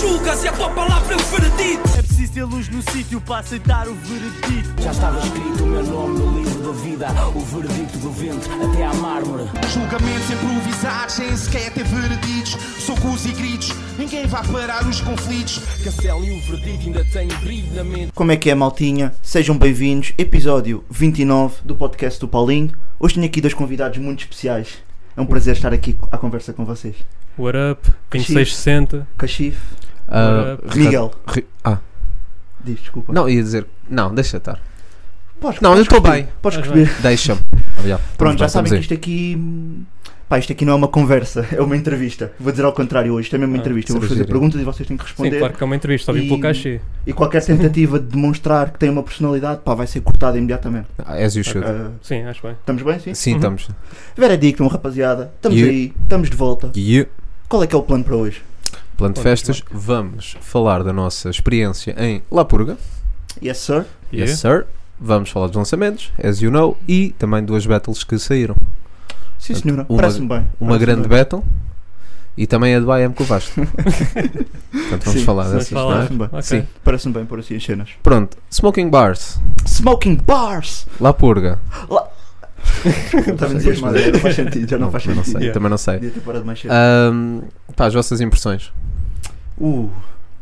julgas e a tua palavra é o veredito. É preciso ter luz no sítio para aceitar o veredito. Já estava escrito o meu nome no livro da vida, o veredito do vento até à mármore. Julgamentos improvisados, sem sequer ter vereditos. Socos e gritos, ninguém vai parar os conflitos. Castelo e o veredito ainda têm brilho na mente. Como é que é, maltinha? Sejam bem-vindos, episódio 29 do podcast do Paulinho. Hoje tenho aqui dois convidados muito especiais. É um prazer estar aqui à conversa com vocês. What up? 2660. Cachif, Ah, Miguel, Ri- Ah, diz desculpa. não, ia dizer. Não, deixa estar. Podes- Não, eu estou bem. Podes Mas cuspir. Deixa-me. Olha, Pronto, estamos já bem, sabem estamos que isto aí. aqui. Pá, isto aqui não é uma conversa, é uma entrevista. Vou dizer ao contrário hoje, isto é mesmo uma Ah, entrevista. Eu vou isso é fazer giro. perguntas e vocês têm que Sim, responder. claro que é uma entrevista, só vim E- pelo cachê. E qualquer tentativa de demonstrar que tem uma personalidade, pá, vai ser cortada imediatamente. Ah, As you should. Ah, Sim, acho bem. estamos bem, sim? Sim, Uhum. estamos. Veredictum, rapaziada. Estamos Yeah. aí, estamos de volta. E Qual é que é o plano para hoje? plano de festas, vamos falar da nossa experiência em La Purga. Yes, sir. Yes, sir. Vamos falar dos lançamentos, as you know, e também duas battles que saíram. Sim, senhora. uma- Parece-me bem. Uma Parece-me grande bem. battle e também a do IM com o Vasco. Portanto, vamos Sim, falar Vamos dessas. não é? falar. não é? Ok. Sim. Parece-me bem por assim as cenas. Pronto, Smoking Bars, Smoking bars! La Purga. Estava a dizer, Tá mas não faz sentido, já não, faz não sentido. sei, Ah. Yeah. também não sei. Podia ter parado mais cedo. Ahm, pá, as vossas impressões. Uh,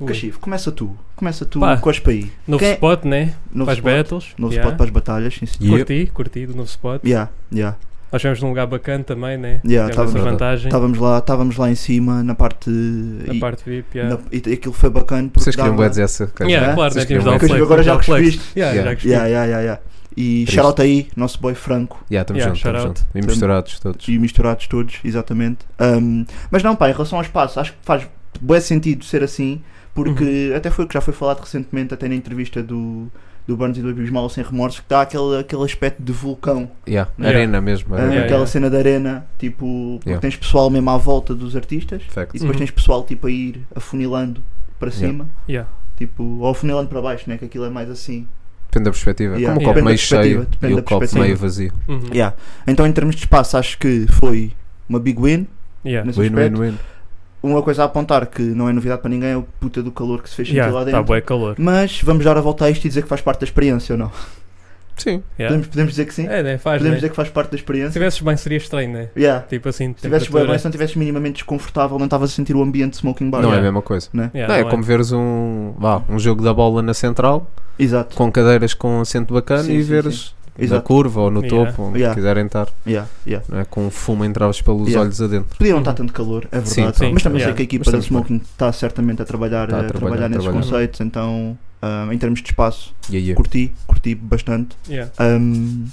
Ui. Cachif, começa tu. Começa tu, Pá. cospa aí. Novo Quem- spot, né? Novo para as spot. battles. Novo yeah. spot para as batalhas, sim, sim. E eu- Curti, curti do novo spot. Yeah, yeah. Nós estivemos num lugar bacana também, né? Yeah, Tivemos tava- essa vantagem. Estávamos lá, estávamos lá em cima, na parte. Na e, parte VIP, yeah. na- e aquilo foi bacana porque. Vocês queriam dava- bué dizer essa coisa. Yeah, é? claro, né? Vocês Tínhamos de dar queriam um flex. ver. Agora já tínhamos de dar um flex. percebiste. Yeah, Yeah. já gostei. Yeah, yeah, yeah, yeah. E Triste. shout-out aí, nosso boy Franco. Yeah, estamos Yeah, juntos, estamos shout out. juntos. E misturados todos. e misturados todos, exatamente. Ahm, mas não, pá, em relação ao espaço, acho que faz bom sentido ser assim, porque Uhum. até foi o que já foi falado recentemente, até na entrevista do, do Burns e do Abismal Sem Remorso, que dá aquele, aquele aspecto de vulcão, Yeah, Yeah. Arena mesmo. ah, arena. aquela Yeah, yeah. cena da arena, tipo, porque É, Yeah. tens pessoal mesmo à volta dos artistas Fact. e depois Uhum. tens pessoal tipo a ir afunilando para Yeah. cima, Yeah. tipo, ou afunilando para baixo, né, que aquilo é mais assim. Depende da perspectiva. Yeah. Como o Yeah. copo Depende da meio cheio perspectiva, e depende o da copo perspectiva. meio vazio. Uhum. Yeah. Então, em termos de espaço, acho que foi uma big win Yeah. nesse Win, aspecto. win, win. Uma coisa a apontar que não é novidade para ninguém é o puta do calor que se fez sentir Yeah, lá tá dentro. bué calor. Mas vamos dar a volta a isto e dizer que faz parte da experiência ou não? Sim. Yeah. Podemos, podemos dizer que sim? É, né? Faz, podemos né? dizer que faz parte da Se experiência? tivesses bem seria estranho, né? Yeah. Tipo assim, Se tivesses bem, temperatura. mas se não tivesses minimamente desconfortável, não estavas a sentir o ambiente de smoking bar. Né? Não é a Yeah. mesma coisa. Yeah, não, é não como veres um, vá, um jogo da bola na central, Exato. com cadeiras com assento bacana Sim, e sim, veres na Exato. curva ou no Yeah. topo, onde Yeah. quiserem estar, Yeah, yeah. não é? com fumo entravas pelos Yeah. olhos adentro. Podia não estar Uhum. tanto calor, é verdade. Sim, sim. Mas também sei Yeah. que a equipa Mas do estamos bem. smoking está certamente a trabalhar, Está a a trabalhar trabalhar, nesses trabalhar. conceitos, então ah, em termos de espaço, E aí, curti, curti bastante. Yeah. Ahm,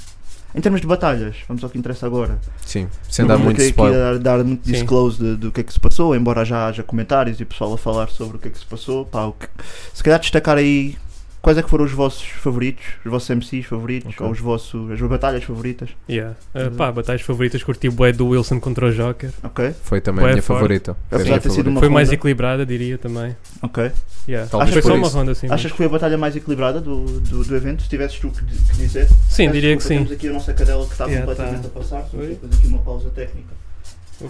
em termos de batalhas, vamos ao que interessa agora. sim, sem dar Não muito queria aqui spoiler. Dar, dar muito Sim. disclose de- do que é que se passou, embora já haja comentários e pessoal a falar sobre o que é que se passou. Pá, o que- se calhar destacar aí quais é que foram os vossos favoritos, os vossos MCs favoritos, Ok. ou os vossos, as batalhas favoritas, Yeah. Uh, Uhum. pá, batalhas favoritas, curti bué do Wilson contra o Joker. ok? Foi também a Bué minha forte. favorita. Foi a Apesar minha de ter sido favorita. Uma Foi mais ronda. equilibrada, diria também. ok Yeah. Talvez Acho que por foi só uma isso. ronda, sim. mas- Achas que foi a batalha mais equilibrada do, do, do evento? Se tivesses tu que, di- que dizer? Sim, Peço diria que desculpa, sim. Temos aqui a nossa cadela que está Yeah, completamente tá. a passar, vamos Oi. ter que fazer aqui uma pausa técnica.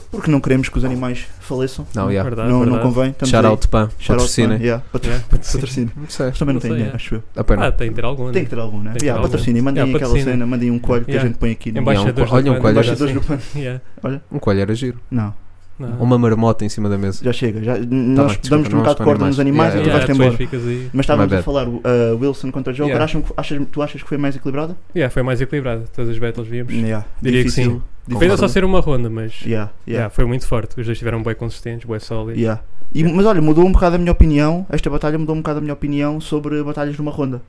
Porque não queremos que os animais faleçam. Não, yeah. é Verdade, não, não verdade. convém. Estamos Shout aí. out Pan, Shout out, patrocinem. mano, yeah, patro- Yeah. Patrocínio. Não sei, Mas também não Não tem sei, dinheiro, é. acho eu. apenas. Ah, tem de ter alguma, Tem né? que ter algum, né? Tem que ter Yeah, algum. patrocínio. Mandem Yeah, aquela patrocínio. cena, mandem um coelho que a Yeah. gente põe aqui. no- Embaixadores Olha, um do coelho. pano, Embaixadores assim. do pano. Yeah. Um coelho era giro. Não, Não. Uma marmota em cima da mesa. já chega. Tá Já, nós desculpa, damos não um bocado de são corda nos animais animais. e tu Yeah, vais-te depois embora. ficas aí. Mas estávamos My a bad. falar, uh, Wilson contra Joker, Yeah. acham que- achas- tu achas que foi mais equilibrada? Yeah, foi mais equilibrada. Todas as battles víamos. Yeah. Hum, Diria que sim. difícil. Foi ainda só ser uma ronda, mas Yeah, yeah, yeah, foi muito forte. Os dois estiveram bem consistentes, bem sólidos. yeah. E- mas olha, mudou um bocado a minha opinião. Esta batalha mudou um bocado a minha opinião sobre batalhas numa ronda.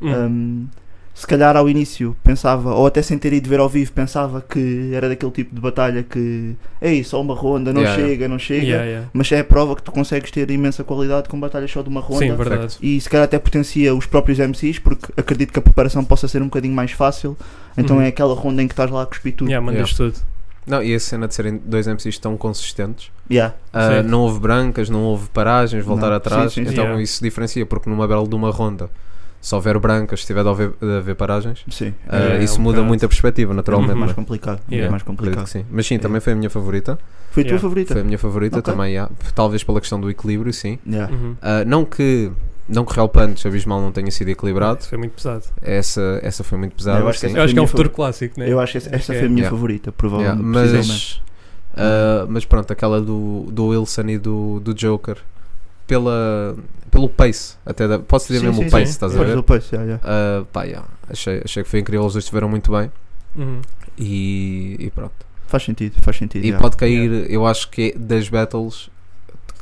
Hum. Um, se calhar ao início pensava, ou até sem ter ido ver ao vivo, pensava que era daquele tipo de batalha que ei, só uma ronda, não Yeah, chega, yeah. não chega. Yeah, yeah. Mas é a prova que tu consegues ter imensa qualidade com batalhas só de uma ronda. Sim, verdade. e se calhar até potencia os próprios MCs, porque acredito que a preparação possa ser um bocadinho mais fácil. Então Uhum. é aquela ronda em que estás lá a cuspir tudo. Yeah, mandas Yeah. tudo. Não, e a cena de serem dois MCs tão consistentes. Yeah. Ah, Sim. não houve brancas, não houve paragens, voltar Não. atrás. Sim, sim, sim. então Yeah. isso diferencia, porque numa bela de uma ronda Se houver brancas, se tiver de haver, de haver paragens, Sim, ah, É, é isso um muda bocado. muito a perspectiva, naturalmente. é mais né? complicado. Yeah. É mais Acredito complicado. que sim. Mas sim, também foi a minha favorita. Foi a tua Yeah. favorita? Foi a minha favorita Ok. também, yeah. talvez pela questão do equilíbrio, sim. Yeah. Uhum. Ah, não que não que Real Punch Abismal não tenha sido equilibrado, Isso foi muito pesado. essa, essa foi muito pesada, Eu acho que sim. Eu acho que é minha um futuro favor- clássico, né? Eu acho que essa, esta foi a minha é. Yeah. favorita, Yeah, provavelmente. precisamente. mas, ah, mas pronto, aquela do, do Wilson e do, do Joker, pela, pelo pace, até da, posso dizer Sim, mesmo sim, o pace, sim. estás a Pois, ver? o Pace, yeah, yeah. Ah, pá, yeah, achei, achei que foi incrível, os dois estiveram muito bem Uhum. e, e pronto. Faz sentido, faz sentido. E yeah. pode cair, eu acho que é das battles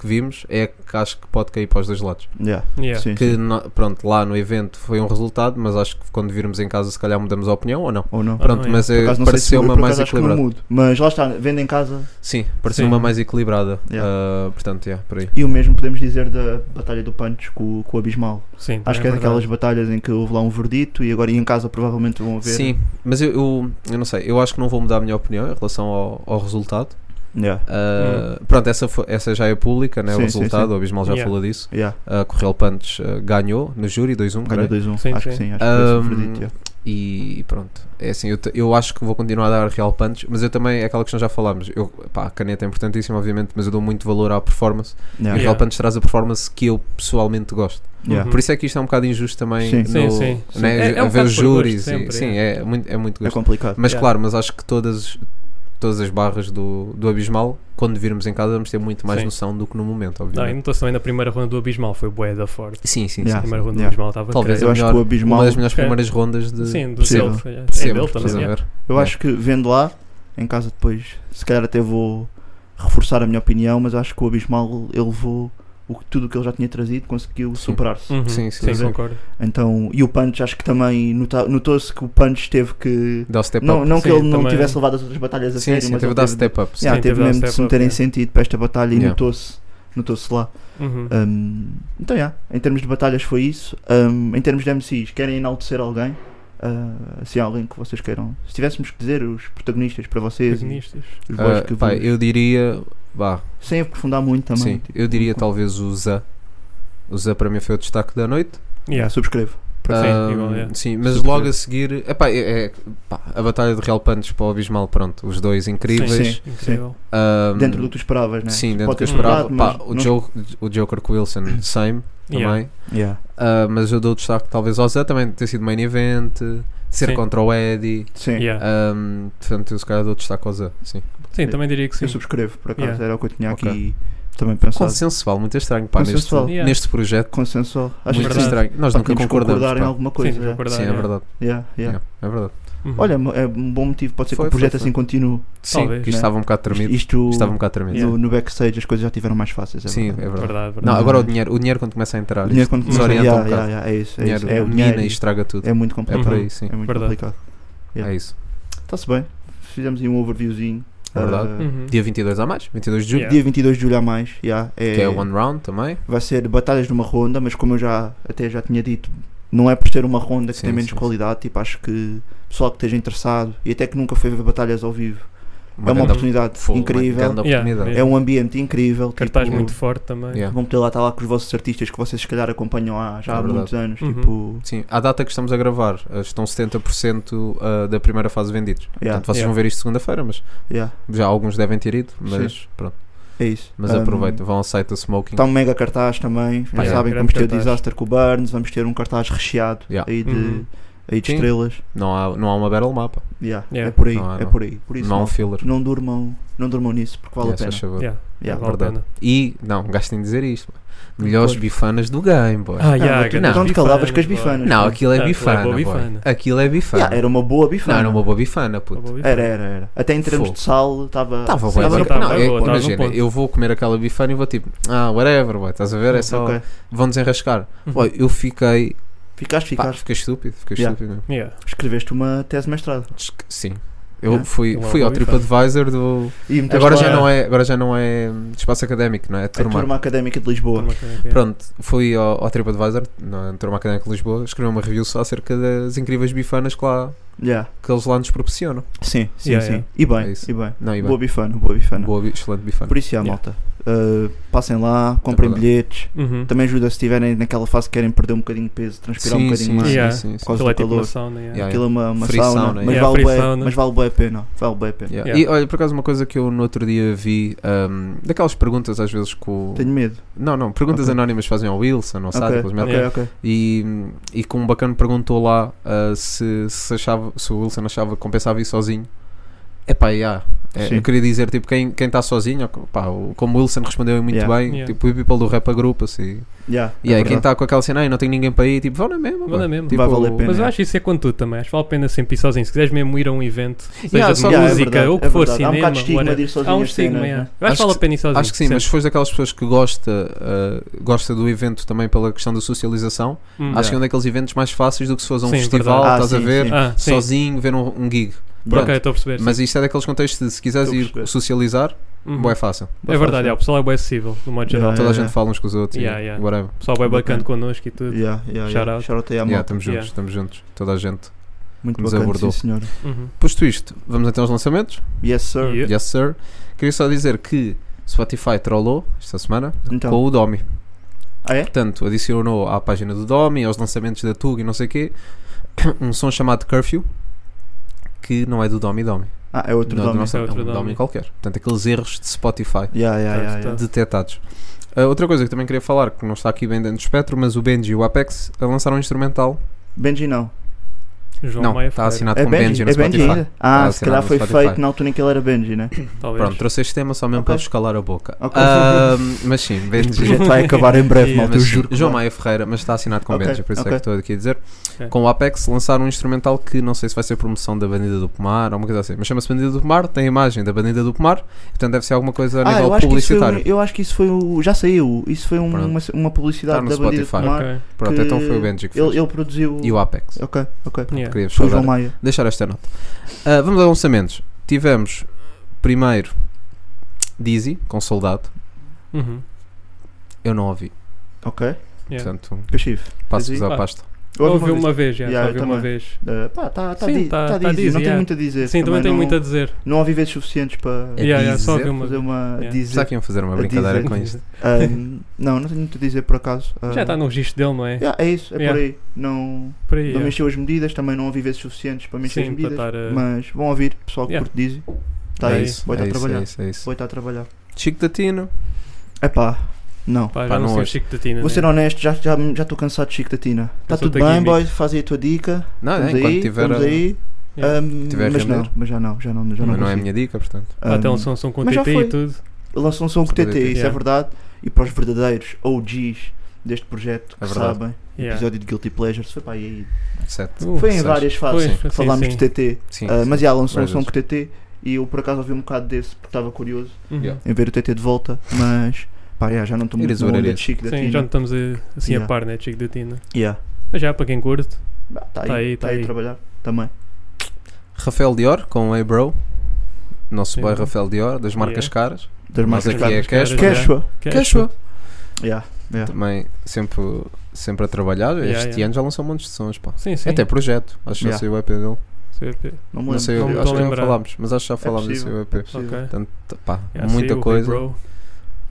que vimos, é a que acho que pode cair para os dois lados. Yeah. Yeah. Sim, que sim. no- pronto, lá no evento foi um resultado, mas acho que quando virmos em casa se calhar mudamos a opinião ou não. Ou Ah, não. Pronto, não, é. mas Por é, acaso, não sei se- eu, pareceu-me a por mais acaso, acho que equilibrada. não mudo. Mas lá está, vendo em casa. Sim, pareceu-me a Sim. mais equilibrada. Yeah. Ah, portanto, yeah, por aí. E o mesmo podemos dizer da Batalha do Punch com, com o Abismal. Sim, Acho também que é verdade. daquelas batalhas em que houve lá um verdito e agora em casa provavelmente vão ver. Sim, mas eu, eu, eu não sei, eu acho que não vou mudar a minha opinião em relação ao, ao resultado. Yeah. Ah, Pronto, essa, fo- essa já é pública, né, Sim, o sim, resultado, sim. o Abismal já Hum. Yeah. falou disso. Yeah. Ah, Correio Pantos ah, ganhou no júri 2-1, Ganha creio. 2-1. Sim, acho que sim. sim, acho que foi esse o Ahm, verdito. yeah. E pronto, é assim, eu, te- eu acho que vou continuar a dar Real Punch, mas eu também, é aquela questão que já falámos, eu, pá, a caneta é importantíssima, obviamente, mas eu dou muito valor à performance e o Yeah. Real Yeah. Punch traz a performance que eu pessoalmente gosto. Yeah. Uhum. Por isso é que isto é um bocado injusto também, Sim. Sim, no, sim. né, Sim. É- é um haver bocado por júris, gosto e- sempre, sim, é, muito, é muito É gosto. complicado. mas Yeah. claro, mas acho que todas, todas as barras do, do Abismal, quando virmos em casa, vamos ter muito mais Sim. noção do que no momento, Não, e né? obviamente. notou-se também na primeira ronda do Abismal, foi bué da forte. Sim, sim, Yeah. A primeira ronda Yeah. do Abismal estava Talvez Eu a acho melhor- que o sim. Uma Abismal. das minhas É. primeiras rondas de Sim, do Possível. Zelt. de É sempre, dele estás a também. é. ver? Eu acho que vendo lá, em casa depois, se calhar até vou reforçar a minha opinião, mas acho que o Abismal elevou o, que- tudo o que ele já tinha trazido, conseguiu Sim. superar-se. Uhum. Sim, Sim, sim, sim. concordo. Então, e o Punch, acho que também nota- notou-se que o Punch teve que. Dá o step Não, up. não que Sim, ele não também. tivesse levado as outras batalhas a Sim, sério, sim, mas teve ele de dar teve, step up. sim. Yeah, teve Sim, teve mesmo dar de se step up, meter em yeah. sentido para esta batalha e Yeah. notou-se notou-se lá. Uhum. Um, então, yeah, em termos de batalhas foi isso. Um, em termos de MCs, querem enaltecer alguém? Uh, se há alguém que vocês queiram. Se tivéssemos que dizer os protagonistas para vocês, e Protagonistas. os boys Ah, que pá, vos- eu diria. Bah, sem aprofundar muito também. sim, tipo, eu diria com- talvez o Zé. O Zé para mim foi o destaque da noite. Yeah. Subscrevo. Ah, Sim, igual, é. sim, mas Super. logo a seguir. epá, é- é- pá, a batalha de Real Pantos para o Abismal, pronto. Os dois incríveis. Sim, Incrível. Ah, Dentro do que tu esperavas, né? Sim, dentro do Pode que eu ter esperava. mudado, Pá, mas o, não- Joker, o Joker com o Wilson, same também. Yeah. Yeah. Ah, mas eu dou destaque talvez ao Zé também de ter sido main event, de ser Sim. contra o Eddie. Sim, Yeah. Ah, portanto, eu se calhar dou destaque ao Zé. Sim. Sim, também diria que sim. eu subscrevo, por acaso. Yeah. Era o que eu tinha Ok. aqui também pensado. Consensual, muito estranho. Pá, neste, Consensual. Yeah. neste projeto, Consensual. Acho muito que sim. verdade. estranho. Nós Pá, nunca tínhamos que concordamos. concordar em pá. alguma Sim, coisa. temos de yeah. concordar, Sim, é yeah. verdade. Yeah, yeah. É é verdade. Uhum. Olha, é um bom motivo. Pode ser Foi, que o projeto foi, foi. assim continue. Sim, Talvez, que isto né? estava um bocado Isto, tremido. Isto estava um bocado tremido. no, no backstage as coisas já tiveram mais fáceis. É Sim, é verdade. verdade. verdade, verdade. Não, agora o dinheiro, o dinheiro quando começa a entrar, O dinheiro isto quando começa desorienta um yeah, bocado. yeah, yeah, é isso, é dinheiro isso. É o mina dinheiro. e estraga tudo. É muito É, complicado. por Uhum. aí, sim. É muito Verdade. complicado. Yeah. É isso. Está-se bem. Fizemos aí um overviewzinho. Verdade. Ah, Uhum. Dia 22 a mais, 22 de julho, Yeah. Dia 22 de julho a mais, yeah, é, que é o One Round também. vai ser batalhas numa ronda, mas como eu já até já tinha dito, não é por ser uma ronda que Sim, tem menos sim, qualidade, tipo, acho que pessoal que esteja interessado e até que nunca foi ver batalhas ao vivo, é uma grande- oportunidade foi uma incrível, Yeah, grande oportunidade. mesmo. é um ambiente incrível, Cartaz tipo, muito forte também. Yeah. vão poder lá estar lá com os vossos artistas que vocês se calhar acompanham há, já É há verdade. muitos anos, Uhum. tipo, Sim, à data que estamos a gravar, eh, estão 70% ah, da primeira fase vendidos. yeah, Portanto, vocês Yeah. vão ver isto segunda-feira, mas yeah, já alguns devem ter ido, mas pronto. é isso. Mas Um, aproveitem, vão ao site da Smoking. Está um mega cartaz também. Já Pá, é, sabem que grande vamos ter o cartaz. Disaster com o Burns, vamos ter um cartaz recheado Yeah. aí de, Uhum. aí de Sim. estrelas. Não, há, não há uma battle mapa, Yeah, Yeah. É por aí, Não é, é não. por aí. Por isso, não há um malta, filler. não, durmam, não durmam nisso, porque vale Yeah, se a faz pena. favor. Yeah. Yeah. Vale a Verdade. pena. E, não, gastem de dizer isto. mano. Melhores Pois. bifanas do game, boy. Ah, mas yeah, tu não te calavas com as bifanas. não, aquilo é Ah, bifana, aquilo é boa boy. bifana. Aquilo é bifana. Yeah, era uma boa Não, bifana. era uma boa bifana, puto. Era, era, era. Até em termos Fogo. de sal, estava. Estava Sim, bem. sim, Não, tava é- boa, tava no imagina, ponto. eu vou comer aquela bifana e vou tipo, ah, whatever, boy, estás a ver? É só. Ok. Vão desenrascar. Uhum. Boy, eu fiquei. Ficaste, Pá, ficaste. fiquei estúpido, fiquei Yeah. estúpido mesmo. Yeah. Escreveste uma tese de mestrado. Esc- Sim. Eu Yeah. fui, Eu fui ao amo é bifana. TripAdvisor do. E meteste Agora Então, lá já, a- não é, agora já não é hum, espaço académico, não é? A turma académica de Lisboa. Turma também, yeah. Pronto, fui é? ao, ao TripAdvisor, na Turma Académica de Lisboa, escrevi uma review só acerca das incríveis bifanas que lá, Yeah. que eles lá nos proporcionam. Sim, sim, Yeah, sim. yeah. E bem, É isso. e bem. Não, e bem. Boa bifana, boa bifana. Boa, bi- excelente bifana. Por isso, yeah, Yeah. malta. Uh, passem lá, comprem É verdade. bilhetes. Uhum. Também ajuda se estiverem naquela fase que querem perder um bocadinho de peso, transpirar um Sim, bocadinho sim, mais. sim, Yeah. né? sim, sim. Por causa Aquilo é do tipo uma calor. sauna, yeah. Yeah, Aquilo é uma, uma Free sauna, sauna, mas, yeah. vale Free bué- sauna. mas vale bué a pena. Vale bué a pena. Yeah. Yeah. E olha, por acaso, uma coisa que eu no outro dia vi, ahm, daquelas perguntas às vezes que o. Tenho medo. Não, não, perguntas Ok. anónimas fazem ao Wilson, ao ok, Sádio, aqueles ok, merda. merda. ok. E, e que um bacana perguntou lá ah, se, se, achava, se o Wilson achava que compensava ir sozinho. Epá, yeah. É, Sim. eu queria dizer, tipo, quem está sozinho, ó, pá, o- como o Wilson respondeu muito Yeah. bem, Yeah. tipo, o people do rap agrupa-se. E, Yeah, e aí, é quem verdade. está com aquela cena, aí não tem ninguém para ir, tipo, vão na mesma. Vão pá. na mesma. Tipo, Vai valer a pena. Mas eu acho que isso é com tudo também. Acho que vale a pena sempre ir sozinho. Se quiseres mesmo ir a um evento, seja Yeah, de só- Yeah, é música verdade, ou o que é for, verdade. Há um cinema. bocado de estigma whatever. de ir sozinho Há um às estigma, cenas, yeah. né? Eu acho Acho que vale a que- pena ir sozinho. Acho que sim, mas se fores daquelas pessoas que gosta, ah, gosta do evento também pela questão da socialização, sempre. Hum. acho que é um daqueles eventos mais fáceis do que se fores a um Sim, festival, verdade. Ah, estás a sim, ver, sim. Ah, sim. sozinho, ver um, um gig. Pronto. Ok, estou a perceber. sim. Mas isto é daqueles contextos de se quiseres Estou a ir perceber. socializar, Uhum. bom, é fácil. É verdade, é, o pessoal é bem acessível, no modo geral. Yeah, Toda a yeah, gente yeah. fala uns com os outros. Yeah, e yeah. Whatever. O pessoal bem bacana connosco e tudo. Yeah, yeah, Shout yeah. out. Shout out aí à Yeah, malta. estamos Yeah. juntos, estamos juntos. Toda a gente. Muito nos bacana, sim abordou. senhor. Uhum. Posto isto, vamos até aos lançamentos. Yes sir. Yeah. Yes, sir. Queria só dizer que Spotify trollou esta semana Então. com o Domi. Ah, é? Portanto, adicionou à página do Domi, aos lançamentos da Tug e não sei o quê, um som chamado Curfew, que não é do Domi Domi. Ah, é outro Não é do nome. nosso- É é outro um Domi. Domi qualquer. Portanto, aqueles erros de Spotify. Yeah, yeah, yeah, yeah. detetados. Ah, outra coisa que também queria falar, que não está aqui bem dentro do espectro, mas o Benji e o Apex ah, lançaram um instrumental. Benji não. João não, Maia está Ferreira. assinado É Ah, com Benji, Benji, no é Benji Spotify. ainda? Ah, Tá se calhar assinado no foi Spotify. fake na altura em que ele era Benji, né? Talvez. Pronto, trouxe este tema só mesmo Ok. para vos calar a boca. Ok. Ah, mas sim, Este Benji. projeto vai acabar em breve, malta, eu Mas juro. que João vai. Maia Ferreira, mas está assinado com Ok, Benji, por isso é ok. que estou aqui a dizer. Ok. Com o Apex lançaram um instrumental que não sei se vai ser promoção da Bandida do Pomar ou uma coisa assim, mas chama-se Bandida do Pomar, tem a imagem da Bandida do Pomar, portanto deve ser alguma coisa a Ah, nível eu acho, que isso foi, publicitário. um- eu acho que isso foi o. Já saiu. Isso foi um- Pronto. uma, uma publicidade Está da no Bandida Spotify. Tomar. Ok. Pronto, que então foi o Benji que fez. Ele, ele produziu. E o Apex. Ok, ok. Yeah. Queria-vos Foi o saudar. João Maia. deixar esta nota. Ah, vamos aos lançamentos. Tivemos primeiro Dizzy com Soldado. Uhum. Eu não ouvi, Ok. Yeah. portanto Eu estive. passo-vos Dizzy? à Ah. pasta. Eu ouvi uma vez, já. Yeah, só ouvi eu uma também. vez. Uh, pá, tá, tá, Sim, di- tá- tá tá dizzy, dizzy, Não yeah. tenho muito a dizer. Sim, também tenho não, muito a dizer. Não ouvi vezes suficientes para É Yeah, yeah, só ouvi dizer? uma é. fazer vez. uma. Yeah. Dizer. Será que iam fazer uma A brincadeira Dizzy. com isto? Ahm, não, não tenho muito a dizer por acaso. Ah, Já está no registro dele, não é? yeah, é isso, é Yeah. por aí. Não, Por aí. não é. mexeu as medidas, também não ouvi vezes suficientes para mexer as Sim, para medidas. estar. eh, Mas vão ouvir, pessoal que Yeah. curte Dizzy. Está É Tá aí, isso, vou estar é a isso, trabalhar. é isso, é isso. Vou estar a trabalhar. Chico Datino. Epá, não. Pá, já Pá, não não sei o ouço. Chico da Tina. Vou né? ser honesto, já estou já, estou cansado de Chico da Tina. Está sou tudo teu bem, gimmick. boy, faz aí a tua dica. Não, estamos enquanto aí, Ah, é, tiver. estamos a- aí. Yeah. Ahm, Tiver a mas não, render. mas já não, já não, já não, Não é a consigo. minha dica, portanto. Pá, até Ahm, um som, som com mas já TT foi. e tudo. lançou um som com o TT, isso Yeah. é verdade. E para os verdadeiros OGs deste projeto que É verdade. sabem, Yeah. episódio de Guilty Pleasures, foi para aí. Sete. Uh, foi em seis. várias fases que Foi, sim, falámos sim. de TT. Sim. Ah, mas já lançou um Várias som com vezes. o TT e eu por acaso ouvi um bocado desse porque estava curioso Uhum. Yeah. em ver o TT de volta, mas pá, yeah, já não estou It muito is na what it onda is. de Chico da Sim, já não Tina. estamos eh, assim a Yeah. par, né? de Chico da Tina. Yeah. Mas já, para quem curte. Bah, Está Tá aí, aí, está tá aí aí. a trabalhar também. Rafael Dior com Hey Bro. Nosso Sim. boy Rafael Dior, das marcas Yeah. é caras. Das Mas marcas aqui é né? caras. Cash. Caras, Cash. Quechua. Que Quechua. Yeah, yeah. Também sempre, sempre a trabalhar. Este Yeah, yeah. ano já lançou montes de sons, pá. Sim, sim. Até projeto. Acho que já Yeah. saiu o EP dele. CP. Não me Não lembro. É sei, Não me eu estou acho a que já lembrar. falámos, mas acho que já falámos desse possível. EP. Possível. Ok. É Portanto, pá, Yeah, muita saiu, Hey coisa. Bro.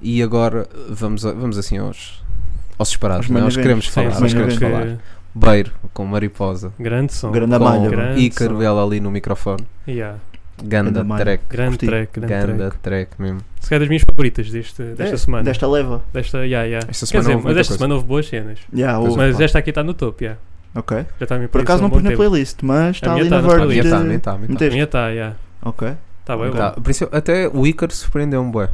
E agora vamos, a- vamos assim aos, aos separados, Aos não é? main Aos que queremos events. Sim, falar. aos aos que main queremos falar. que- Beiro com Mariposa. Grande som. Grande com malha. Então, grande Ícaro som. ela ali no microfone. Yeah. Ganda malha. track. Grande Curti. track, grande Ganda track. track mesmo. Se calhar das minhas favoritas deste, desta É, semana. Desta leva. Desta, yeah, yeah. Esta Quer semana dizer, mas houve muita esta coisa. semana houve boas cenas. Yeah, o- Mas esta aqui está no topo, yeah. Ok. já tá está a minha Por acaso não pus na playlist. playlist, mas está minha ali tá na na Ah, verge minha playlist. de- tá, minha tá, minha tá. meteste. A minha está, yeah. Ok, Está bem, Ok. bom. Tá, por isso, até o Ícaro surpreendeu-me, bué.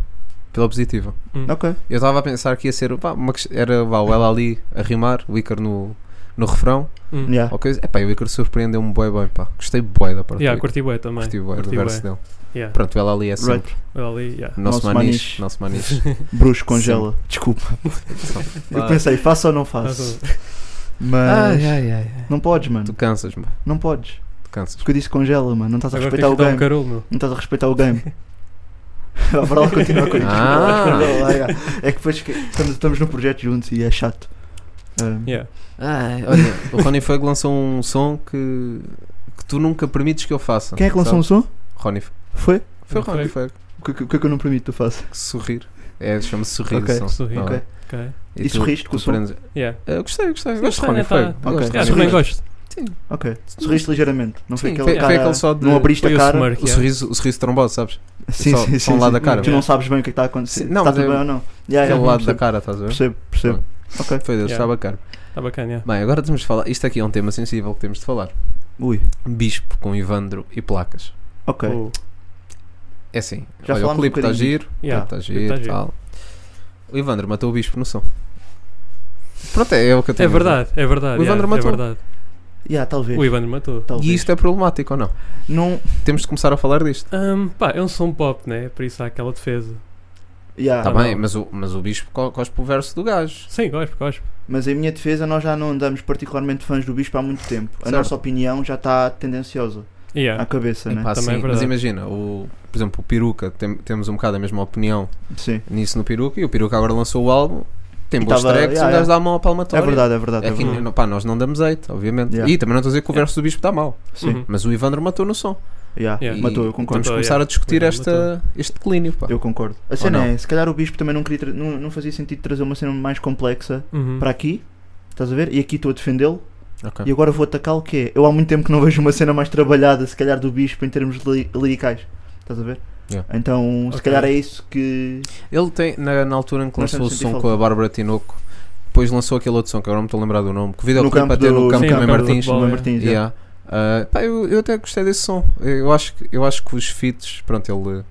Pela positiva. Hum. ok. Eu estava a pensar que ia ser, pá, uma, ques- era vá, o ela ali a rimar, o Ícaro no, no refrão. Hum. Yeah. Ok, é pá, o Iker surpreendeu-me bué bem, pá. Gostei bué da parte Yeah, do Iker. curti bué também. Curti bué do Curti verso bué. dele. Yeah. Pronto, ela ali é sempre Right. Olha ali, yeah. o nosso, Nosso maniche, maniche. nosso maniche. Bruxo congela. Desculpa. Eu pensei, faço ou não Tá faço? Mas. Ai, ai, ai, ai. Não podes, Tu mano. cansas, mano. Não podes. Tu cansas. Porque eu disse congela, mano. Não estás a Agora respeitar tens o que dar um game. carol, meu. Não estás a respeitar o game. Para lá continuar com isto. Ah. Não podes congela, ai, ai. É que depois que estamos, estamos no projeto juntos e é chato. Ah, Yeah. Ai, olha, o Rony Fug lançou um som que, que que tu nunca permites que eu faça. Quem é que lançou um sabes? som? Ronnie F- Foi? Foi o Não Ronnie Fag. O que, o que é que eu não permito que tu faças? Que sorrir. É, chama-se sorrir. Ok. o som. Sorrir. Não é? Ok. Ok. E tu- sorriste tu com o som? prendes- Yeah. Ah, gostei, gostei. Sim, Gosto de Ronnie gostei, né, Fag. tá- Gosto de Ok. Yeah, Ronnie também Fag. gosto. Ok. Sorriste ligeiramente. Não foi Sim, aquele foi- cara. foi aquele só de- Não abriste Foi a o cara. Smirk. O yeah. sorriso, o sorriso trombado, sabes? Sim, Só- sim, só um sim, lado sim. da cara. Tu não sabes bem o que é que está a Sim, acontecer. não, Está mas tudo é- bem ou não? Yeah, Aquele yeah, lado da percebo, cara, estás a ver? Percebo, percebo. Ok. Foi Deus, Yeah. está bacana. Está Tá bacana, yeah. Bem, agora temos de falar. Isto aqui é um tema sensível que temos de falar. Ui. Bispo com Ivandro e placas. Ok. Tá. Oh, É assim. Já olha, o falámos clipe um está bocadinho giro. yeah. Está clipe tá giro e giro. tal. O Ivandro matou o bispo no som. Pronto, é, o que eu Tá É tenho a dizer. verdade, então. é verdade. O yeah, Ivandro é matou. verdade. Yeah, talvez. O Ivandro matou. talvez. E isto é problemático ou não? é- Não. Temos de começar a falar disto. Ahm, pá, é um som pop, né? Por isso há aquela defesa. Yeah. Está não. Tá bem, mas o, mas o bispo co- cospe o verso do gajo. Sim, gosto, gosto. Mas em minha defesa, nós já não andamos particularmente fãs do Bispo há muito tempo. A Certo. nossa opinião já está tendenciosa à Yeah. cabeça, né? Epá, Também sim, é mas verdade. imagina, o, por exemplo, o Peruca, tem- temos um bocado a mesma opinião Sim. nisso no Peruca, e o Peruca agora lançou o álbum, tem E bons tava- yeah, tracks, um gajo yeah. dá uma É palmatória. verdade, é verdade. É É que, verdade. não- pá, nós não damos hate, obviamente. Yeah. E também não estou a dizer que o verso do Bispo está mal, Sim. Uhum. mas o Ivandro matou no som. Yeah. Yeah. E Matou, eu concordo. Temos Matou, que começar yeah. a discutir Ivandro esta, este declínio. Pá. Eu concordo. A cena não? é, se calhar o Bispo também não, queria tra- não, não fazia sentido trazer uma cena mais complexa Uhum. para aqui. Estás a ver? E aqui estou a defendê-lo. Hum. Ok. E agora vou atacá-lo que é. Eu há muito tempo que não vejo uma cena mais trabalhada, se calhar, do Bispo em termos li- liricais. Estás a ver? Yeah. Então, se Ok. calhar é isso que. Ele tem, na, na altura em que Nós lançou o temos de sentir som com falta. a Bárbara Tinoco, depois lançou aquele outro som que agora não me estou a lembrar do nome, que o no videoclipe campo até do no campo Sim, do no campo Mem do Martins. né? futebol. Mem é. Martins, yeah. Yeah. Ah, pá, eu, eu até gostei desse som. Eu acho, que- eu acho que os feats, pronto, ele,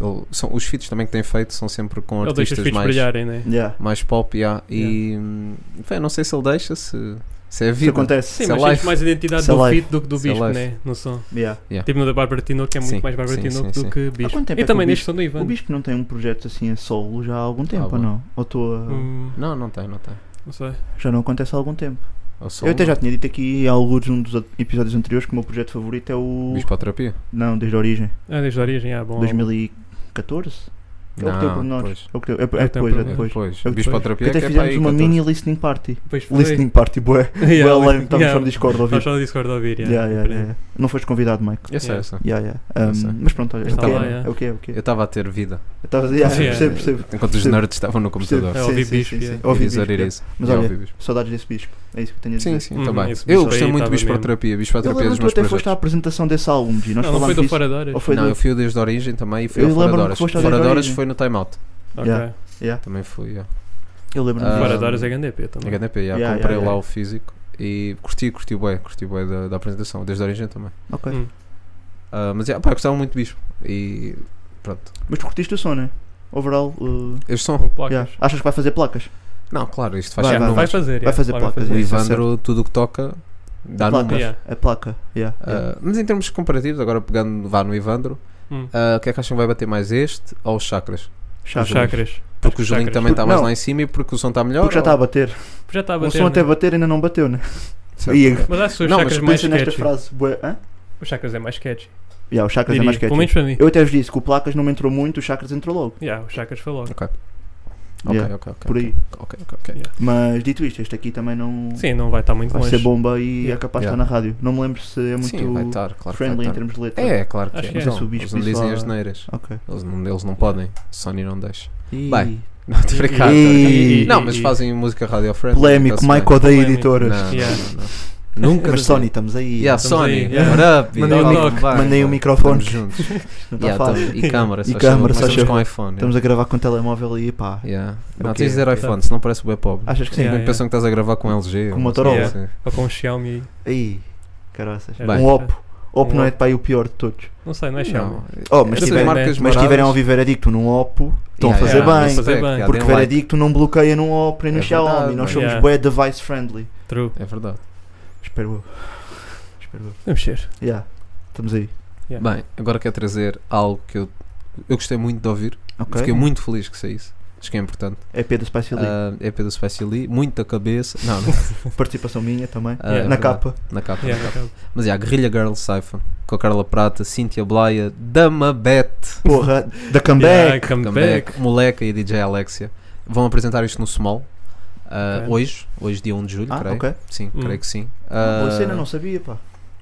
ele- são, os feats também que tem feito são sempre com Ele deixa os artistas filhos mais, brilharem, né? Yeah. mais pop. yeah. E hum, bem, não sei se ele deixa, se, se é a Isso vida. acontece. Sim, Isso é mas life. tens mais identidade Isso é do life. fit do que do Isso é bispo, life. né? No som. Yeah. Tipo no da Bárbara Tinoco, que é muito Sim, mais Bárbara sim, Tinoco sim, do sim. que Há bispo. quanto tempo E é que também o neste Bispo, som do o Ivan. Bispo não tem um projeto assim a solo já há algum tempo, ou Ah, bom. não? Ou estou a... Hum, Não, não tem, não tem. Não sei. Já não acontece há algum tempo. Ou só eu até uma. já tinha dito aqui em alguns um dos episódios anteriores que o meu projeto favorito é o. Bispoterapia? Não, desde a origem. Ah, desde a origem, ah, bom. 2014? É o que tem por nós. depois. É o que tem- é- tem é depois, é problema. depois. Depois. É o- Bispoterapia Porque até que é para fizemos aí uma 14. mini listening party. Depois foi. Listening party, bué. Yeah, Well, listening- lembro, estávamos só no yeah. Discord a Estava ouvir. só no Discord a ouvir, Yeah, yeah. yeah, yeah. Não foste convidado, Mike. Eu sei, Yeah. eu sei. Yeah, yeah. Eu sei. Um, mas pronto, olha, é o Está que lá, é, yeah. é o que é, é o que é. Eu estava a ter vida. Estavas a yeah, Sim, percebo, é. percebo. Enquanto os Percebo. nerds estavam no computador. Percebo. É, Sim, ouvi sim, bispo, sim, sim. yeah. Eu Ouvi quis dizer bispo, isso. Mas Já olha, ouvi bispo. Saudades desse bispo. É isso que tenho a dizer. Sim, sim, Uhum, também. esse Eu bispo gostei aí muito de estava mesmo. bispoterapia. Eu Bispoterapia é lembro dos que tu meus até foste à projetos. apresentação desse álbum, G, nós Não, não falámos foi do disso. Fora de Horas. Ou foi não, do- eu fui o desde a origem também e fui Eu ao Fora de lembro-me que Horas. foste ao Fora Desde de a Horas Origem. foi no Time Out. Ok. Yeah. Yeah. Também fui, yeah. Eu lembro-me Ah, Fora disso. de Horas é GNDP também. Na GNP, yeah. Yeah, comprei yeah, lá yeah. o físico e curti, curti bué, curti bué da, da apresentação, desde a origem também. Ok. Hum. Ah, mas yeah, pá, eu gostava muito de bispo e pronto. Mas tu curtiste o som, né? Overall, uh, Este som? O Placas. yeah. achas que vai fazer placas? Não, claro, isto faz Vai, sempre Yeah, Vai números. fazer, Vai yeah, fazer claro, placas, O Isso é Ivandro, tudo o que toca, dá Placas. números. Yeah. É placa, yeah. yeah. Ah, mas em termos comparativos, agora pegando vá no Ivandro, Hum. ah, o que é que acham que vai bater mais este ou os chakras? Os Chaves. chakras. Porque o Julinho Chakras. também está Porque- mais não. lá em cima e porque o som está melhor? Porque já está a bater. Já está a O bater. som até né? bater ainda não bateu, né? Certo. E Mas acho que os Não, mas chakras mais pensa nesta catchy. frase. Bué, hã? Os chakras é mais catchy. Yeah, os chakras é Diria, mais Pelo menos catchy. para mim. Eu até vos disse que o placas não me entrou muito, o chakras entrou logo. Yeah, os chakras foi logo. Ok, Yeah, ok, ok. Por aí. Ok, ok, ok. Mas dito isto, este aqui também não Sim, não vai estar muito vai longe. ser bomba e é capaz de estar na Yeah. rádio. Não me lembro se é muito Sim, vai estar, claro que vai friendly em estar. termos de letra. É, claro que Acho é. que é. Não, Mas é subir eles não isso dizem lá- as neiras. Ok. Eles não, eles não podem. Sony não deixa. Ih, Bem. Não, estou a brincar, Ih. estou a brincar. Ih. Não, mas fazem música radio friendly. Polémico, está-se Mike bem. odeia Polémico. Não, editoras. não, Yeah. não, não. Nunca. Mas Sony, estamos aí. Yeah, Estamos Sony, aí. what up? Mandei um Olha, toque. vai, Mandei um vai. microfone. Estamos juntos. Não está Yeah, fácil. estamos- E câmara, E só câmara, chamou, mas só estamos chamou. com iPhone. Estamos a gravar com telemóvel e pá. yeah. É Não, o tens de quê? dizer iPhone, senão parece o pobre. Achas que sim? Yeah, Bem, yeah. Pensam que estás a gravar com LG Ah, Com ou não sei, Motorola. sim. Ou com um Xiaomi. Aí, caraças. É Era- Um Oppo. Oppo Um não é Oppo. para aí o pior de todos. Não sei, não é Xiaomi. Não, Oh, mas essas tiverem- marcas Mas moradas- tiveram ao viver adicto num Oppo, estão a Yeah, fazer yeah, bem. nesse Fazer aspecto, bem. yeah, Porque deem ver like. adicto não bloqueia num Oppo nem no É Xiaomi. verdade, Nós mano. somos Yeah. bué device friendly. True. É verdade. Espero eu. Espero eu. Vamos ser. Yeah. Estamos aí. Yeah. Bem, agora quero trazer algo que eu, eu gostei muito de ouvir. Ok? Fiquei muito feliz que saísse. Acho que é importante. É Pedro Spicy Lee. Ah, é pelo Spicy Lee, muita cabeça. Não, não. Participação minha também. Ah, Yeah. é Na verdade. capa. Na capa. Yeah, na no capa. caso. Mas é a Guerrilha Girl Cypher com a Carla Prata, Cíntia Blaia, Dama Bet, Porra, da Yeah, comeback. comeback. Comeback, Moleca e DJ Alexia. Vão apresentar isto no Small. ah, Ok. Hoje, hoje dia 1 de julho, Ah, creio. ok. Sim, Hum. creio que sim. Boa Ah, cena, não sabia, pá.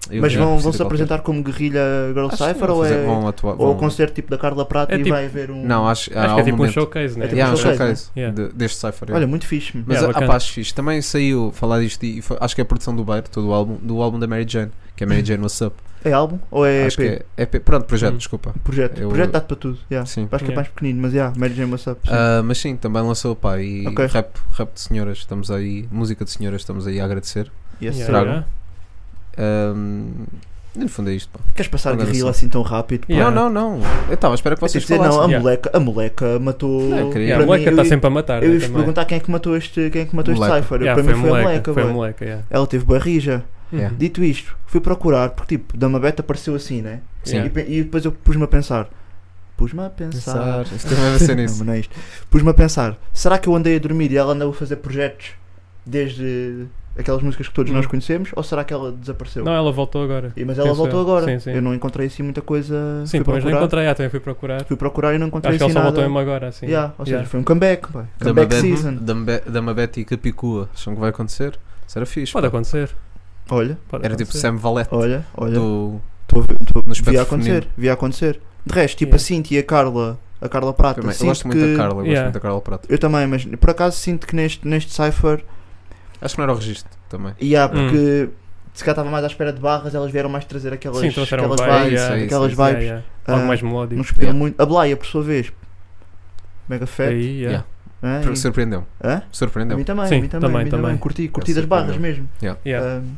Eu- Mas é, vão, preciso vão se de qualquer. apresentar como Guerrilha Girl Acho que Cypher vão ou fazer- é vão atuar- ou vão- o concerto tipo da Carla Prata e É tipo- vai haver um. Não, acho, Acho há que é um tipo momento- um showcase, né? É tipo Yeah, um showcase, showcase né? Yeah. de- deste Cypher. yeah. Olha, muito fixe. mano. é. Mas Yeah, ah, bacana. pá, acho fixe. Também saiu, falar disto, e foi- acho que é a produção do Beiro, todo o álbum, do álbum da Mary Jane, que é Mary Jane What's Up. É álbum ou é acho EP? que é, EP pronto, projeto, Hum. desculpa. Projeto. Eu- Projeto dá-te para tudo. yeah. Sim. Acho que é Yeah. mais pequenino, mas yeah, Mary Jane WhatsApp. Ah, mas sim, também lançou, pá, e Ok. rap, rap de senhoras, estamos aí, música de senhoras, estamos aí a agradecer. yes, Yeah, sir. Trago. yeah. Ahm, no fundo é isto, pá. Queres passar Manda Guerrilha só. assim tão rápido? pá? Yeah. Não, não, não. Eu estava à espera que Eu tive vocês de dizer, não, falassem. a Yeah. moleca, a moleca matou. Não, eu queria- Yeah, para Ah, a mim, moleca está eu- sempre a matar. Eu né, ia vos também. perguntar quem é que matou este, quem é que matou este Moleca. Cypher. Yeah, para foi mim a foi a moleca. moleca. foi a bué. moleca, yeah. Ela teve boa rija. Yeah. Uhum. Dito isto, fui procurar, porque tipo, da Mabeta apareceu assim, né? Sim. E, pe- e depois eu pus-me a pensar. Pus-me a pensar. Pensar. Isto também vai ser Não, nisso. mas não é isto. Pus-me a pensar, será que eu andei a dormir e ela andou a fazer projetos desde aquelas músicas que todos Hum. nós conhecemos? Ou será que ela desapareceu? Não, ela voltou agora. E- mas ela penso voltou eu. agora. Sim, sim. Eu não encontrei assim muita coisa. Sim, fui pelo menos não procurar, encontrei. Ah, também fui procurar. fui procurar e não encontrei Acho que ela assim só voltou nada. mesmo agora, assim. Yeah, ou seja, Yeah. foi um comeback, pá. Da comeback Mabete- season. da Mabe- Da Mabete e Capicua, acham que vai acontecer? Será fixe. Pode pá. acontecer. Olha, pode Era tipo acontecer. Sam Valette olha, olha. do Tô, a ver- tô, No espectro vi a acontecer, vi a acontecer. De resto, tipo Yeah. a Cintia e a Carla, a Carla Prata, Também. Eu sinto gosto ah, que... muito da Carla, eu gosto Yeah. muito da Carla Prata. Eu também, mas por acaso sinto que neste, neste Cypher, Acho que não era o registro também. e Hum. há porque se calhar estava mais à espera de barras, elas vieram mais trazer aquelas, Sim, trouxeram aquelas vibe, vibes, yeah, aquelas isso, vibes. Yeah, yeah. Algo Ah, mais Não melódico. esperam Yeah. muito. A Blaya, por sua vez, mega fat. Aí, yeah. né? E- Surpreendeu-me. Hã? a mim Surpreendeu-me. também, a Sim, mim também, também, a mim também. também. Curti, curti das surpreendeu. barras mesmo. Yeah. Ahm, Um,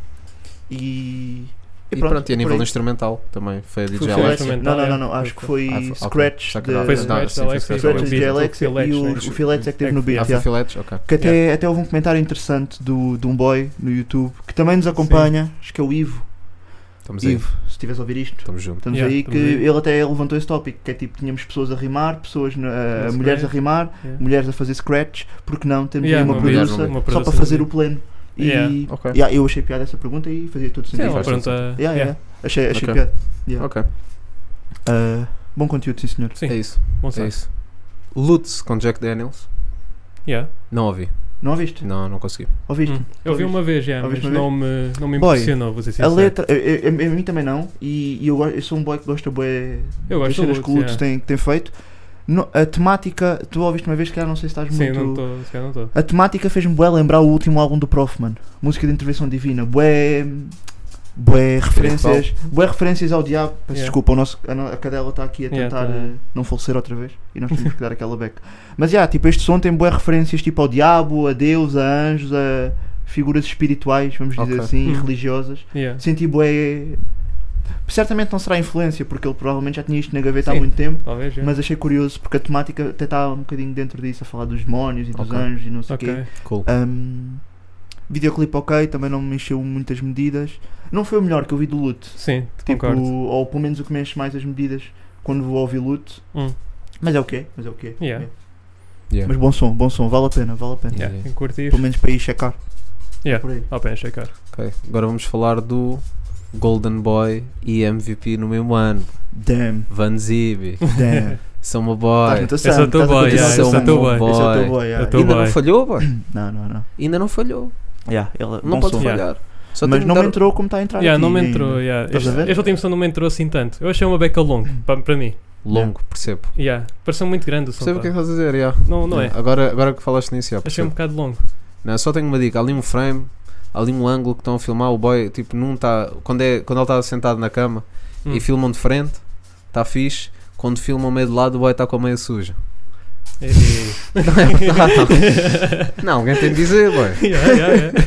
e, E pronto, e a por nível aí. instrumental também foi a DJ Foi Alex. Alex. Alex. Não, Instrumental, não, não, é. não, acho que Foi- foi Ah, foi- ok. Scratch Já que de- não- Foi Não, Scratch sim, da foi Alexia, Scratch Scratch da o de beat DJ do Alexia Phil Lex, e né? o, o Phil Lex é que teve no beat. Ah, foi yeah. Filetes? Ok. Que até, até houve um comentário interessante do, de um boy no YouTube que também nos acompanha, acho que é o Ivo. Estamos aí. Ivo, se estiveres a ouvir isto, Estamos juntos. estamos Yeah, aí estamos que aí. ele até levantou esse tópico, que é tipo, tínhamos pessoas a rimar, pessoas na- a- Fazer mulheres a scratch. rimar, Yeah. mulheres a fazer scratch, porque não temos Yeah, aí uma, uma mulher, producer, uma só para producer fazer ali. o pleno. E Yeah. Ok. yeah, eu achei piada essa pergunta e fazia todo Sim, sentido. é uma faz pergunta. Yeah, yeah. yeah. Achei, achei Ok. piada. Yeah. Ok. Ah, bom conteúdo, sim senhor. Sim. É isso. Bom É som. isso. Lutz com Jack Daniels. Yeah. Não ouvi. Não ouviste? Não, não consegui. Ouviste? Hum. Eu vi uma vez, yeah, mas Ouviste uma não me, não me Boy, impressionou, vou ser A sincero. letra, eu- eu- eu- a mim também não, e, e eu, go- eu sou um boy que gosta bué Eu das gosto cenas do que o Lutz Lutz, tem, tem feito. No- a temática, tu ouviste uma vez, que calhar não sei se estás Sim, muito. não estou. Se calhar não estou. A temática fez-me bué lembrar o último álbum do Profman, música de intervenção divina, bué. Bué referências, bué referências ao diabo. Peço Yeah. desculpa, o nosso, a, no- a cadela está aqui a Yeah, tentar tá. eh, não falecer outra vez e nós temos que dar aquela beca. Mas yeah, tipo, este som tem bué referências tipo ao diabo, a Deus, a anjos, a figuras espirituais, vamos dizer Ok. assim, e Hum. religiosas Yeah. senti bué... Certamente não será influência, porque ele provavelmente já tinha isto na gaveta há Sim. muito tempo, Talvez, yeah. mas achei curioso, porque a temática até está um bocadinho dentro disso, a falar dos demónios e dos Ok. anjos e não sei o Ok. quê. Cool. Ahm, videoclipe ok, também não me encheu muitas medidas. Não foi o melhor que eu vi do Lute, Sim, tipo, concordo. ou pelo menos o que me enche mais as medidas quando vou ouvir Lute. Hum. Mas é o quê? Mas é o quê? Yeah. É. Yeah. Mas bom som, bom som, vale a pena, vale a pena. Yeah. Yeah. Quem curte Pelo isto. menos para ir checar. Yeah. Por aí. Ao pé, checar. Ok. Agora vamos falar do Golden Boy e MVP no mesmo ano. Damn, Van Zibi. damn. Sou Estás boy. Tá muito Esse é o teu Sam, boy, estás yeah, a esse é o continuar teu com o boy. Esse é o teu Boy. boy, yeah. teu Ainda não boy. falhou, boy. Não, não, não. Ainda não falhou. Yeah, ele, bom Não pode som. Yeah. falhar. Só mas tem que não dar- me entrou como está a entrar Yeah, aqui não me ainda. entrou. Yeah. Estás Este, a ver? esta última som não me entrou assim tanto. Eu achei uma beca longa, pa- para mim. Longo, percebo. Yeah. Pareceu muito grande o som. Percebo o pá. que é que estás a dizer, yeah. Não, não é. Agora, agora que falaste nisso, yeah, Achei um percebo. bocado longo. Não, só tenho uma dica, há ali um frame, há ali um ângulo que estão a filmar, o boy, tipo, não está. Quando, é, quando ele está sentado na cama Hum. e filmam de frente, está fixe. Quando filmam meio de lado, o boy está com a meia suja. É, é, Não é verdade. não, alguém tem de dizer, boy. é. Yeah, yeah, yeah.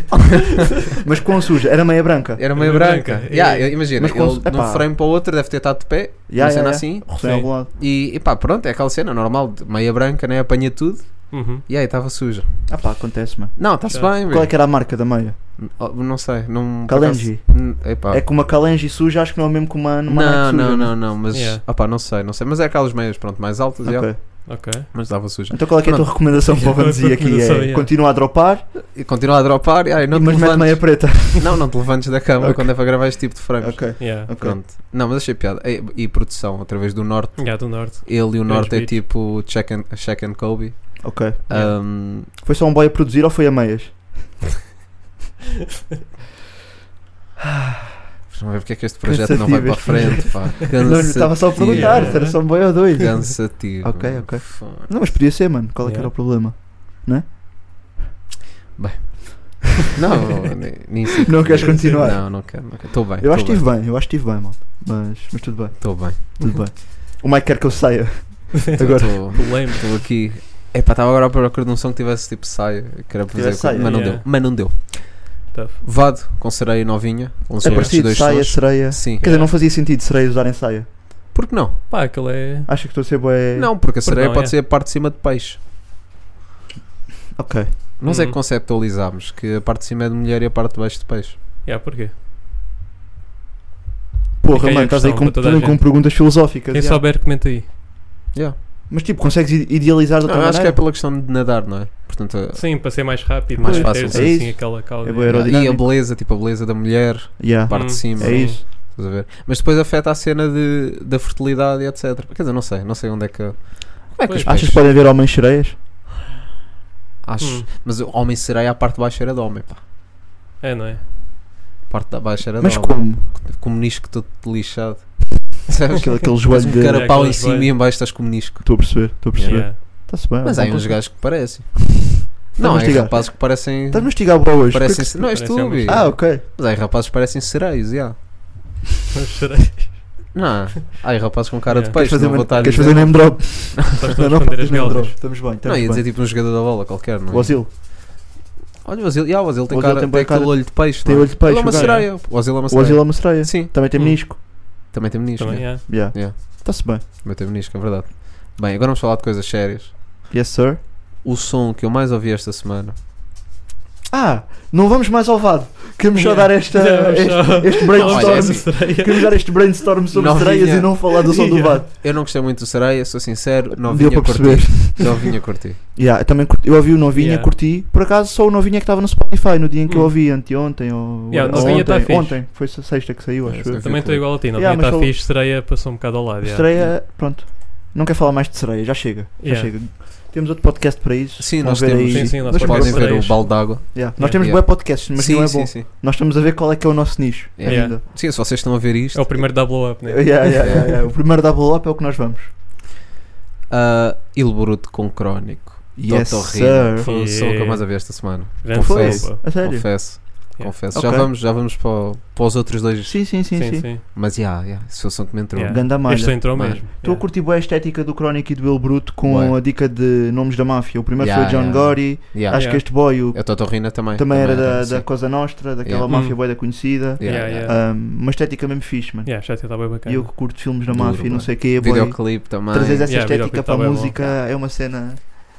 Mas com suja, era meia branca. Era meia Meia branca. branca, Yeah, é. eu- Imagina, Mas com- ele de um epá. frame para o outro deve ter estado de pé, Yeah, uma cena yeah, assim. Roçou em Sim. algum lado. E, e pá, pronto, é aquela cena normal, de meia branca, né? Apanha tudo. Uhum. E aí, estava suja. Ah pá, acontece, mano. Não, está-se Já. bem, Qual é velho. que era a marca da meia? Oh, Não sei. Não, por Kalenji. acaso- Hum, epá. É que uma calenji suja, acho que não é o mesmo que uma, uma Não, Nike não, suja. né? não, não, mas Yeah. opá, não sei, não sei. Mas é aquelas meias, pronto, mais altas, Ok. yeah, Ok. mas dava suja. Então qual é, que é a tua recomendação para o Vanzi aqui? É, Recomendação, yeah. Continua a dropar, E continua a dropar, yeah, e não, te mas mete meia levantes, preta. não, não te levantes da cama Ok. quando é para gravar este tipo de frames. ok, Yeah. ok. Pronto. Não, mas achei piada. E, e produção, através do Norte. Yeah, do Norte. Ele e o Grandes Norte é beats. tipo Check and, check and Kobe. ok. Um, Foi só um boy a produzir ou foi a meias? não é porque é que este projeto não vai para a Cansativas. frente, pá. Não, estava só a perguntar se era só um boi ou dois. Cansativo. Ok, ok. Fuck. Não, mas podia ser, mano. Qual é que Yeah. era o problema? Não, nem, nem sei Não o que queres ia dizer. continuar? Não, não quero. não quero. Estou bem. Eu acho que estou estive bem, eu acho que estive bem, malta. Mas, mas tudo bem, Estou bem. tudo bem. O Mike quer que eu saia. Agora. Estou Problema. estou aqui. Epá, estava agora à procura de um som que tivesse tipo saia, que era para fazer, Tivesse com- saia, mas não yeah. deu. Mas não deu. Tough. Vado, com sereia novinha, É lançou estes parecido, dois saia, sons. sereia. Sim. Quer dizer, não fazia sentido sereias usarem saia. Por que não? Pá, aquele é. Acha que estou a ser bué... Não, porque a sereia não, pode é. ser a parte de cima de peixe. Ok. Nós é que Uhum. conceptualizámos que a parte de cima é de mulher e a parte de baixo de peixe. Yeah, porquê? Fica Porra, aí a mano, estás aí questão com, para toda a também com gente. perguntas filosóficas. Quem yeah. souber, comenta aí. Mas tipo, consegues i- idealizar de Não, outra acho que é maneira? pela questão de nadar, não é? Portanto, a- Sim, para ser mais rápido, Mais para fácil, teres, é assim, isso. aquela cauda. Hum. É boa aerodinâmica. e a Dinâmico. beleza, tipo a beleza da mulher, a Yeah. parte de cima. É isso. Estás a ver? Mas depois afeta a cena de, da fertilidade e etc. Quer dizer, não sei, não sei onde é que. Como é que Pois. os Achas peixes- que podem haver homens sereias? Acho. Hum. Mas o homem sereia, a parte baixa era de homem, pá. É, não é? A parte da baixa era Mas de homem. como? Com o menisco todo lixado. Sabes? Aquele, aquele Tens joelho um de... cara- carapau É, em aqueles cima joelhos. e em baixo estás com o menisco. Estou a perceber, estou a perceber. Yeah. Está-se bem. Mas há aí uns Estás gajos que parecem. a Não, há aí mastigar. rapazes que parecem. Estás a mastigar boa hoje. parecem Porque- não, és tu, Parecem Bi. Ah, ok. Mas há aí rapazes que parecem sereios, já. Mas serei. Não, há aí rapazes com cara Yeah. de Queres peixe. fazer, não vou uma, estar a queres dizer- fazer name drop? Estás a Não, responder as fazes name drop. galgas. Estamos bem, Não, estamos ia dizer bem. tipo um jogador da bola qualquer, não é? O Osil Olha o Osil, yeah, o Osil tem, O Osil cara, tem tem, boa aquele cara. olho de peixe. tem não é? olho de peixe. Ele é uma o gajo. sereia. O Osil é uma O Osil é sereia. uma sereia. Sim, Também tem Hum. menisco. também tem menisco. Também, yeah. yeah. Yeah. Yeah. Está-se bem. Também tem menisco, é verdade. Bem, agora vamos falar de coisas sérias. Yes, sir. O som que eu mais ouvi esta semana. Ah, não vamos mais ao vado. Queremos só Yeah. dar esta, Yeah, vamos só- este, este Olha, é brainstorm. assim. Queremos dar este brainstorm sobre Novinha. sereias e não falar do som do Yeah. vado. Eu não gostei muito do Sereia, sou sincero, não Deu vinha para curtir. perceber. Não vinha curtir. Yeah, eu também curti- eu ouvi o Novinha, Yeah. curti. Por acaso, só o Novinha que estava no Spotify no dia em que eu Hum. ouvi, anteontem ou, Yeah, o ou Novinha ontem. tá fixe. ontem, foi se- sexta que saiu, acho É, eu. sim. Também estou igual a ti, não Yeah, yeah, mas está só- fixe, estreia, passou um bocado ao lado. yeah. Estreia, pronto. Não quero falar mais de sereia, já chega. Já Yeah. chega. Temos outro podcast para isso. Sim, Vão nós ver temos. aí- Sim, sim, nós Mas temos Podem podem- ver o sereias. balde d'água. Yeah, Nós temos Yeah. bué podcasts, mas sim, não é sim, bom. sim. Nós estamos a ver qual é que é o nosso nicho Yeah. ainda. Sim, se vocês estão a ver isto. É o primeiro double up, né? Yeah, yeah, yeah, yeah. O primeiro double up é o que nós vamos. Ah, Il Bruto com Crónico. Yes, Toto sir. Rino. Foi o som que eu mais ouvi esta semana. Grande Foi. sopa. A sério? Confesso. Yeah. Confesso. Já Ok. vamos, já vamos para, o- para os outros dois. Sim, sim, sim. sim, Sim, sim. Mas já, yeah, yeah, esse foi o som que me entrou. Yeah. Ganda malha. Este é entrou Mano. mesmo. Estou a curtir bem a estética do Chronic e do El Bruto com Ué. a dica de nomes da máfia. O primeiro Yeah, foi o John yeah. Gory. Yeah. Acho Yeah. que este boy o- A Totorrina também. também era da, sim. da Cosa Nostra, daquela Yeah. máfia Hum. boeda conhecida. Yeah, Yeah, yeah. yeah. Um, uma estética mesmo fixe, mano. Yeah, já está bem bacana. E eu que curto filmes da Duro, máfia e não mano. sei o é que. Videoclipe também. Trazer essa Yeah, estética para videoclipe a tá bué bom. música é uma cena.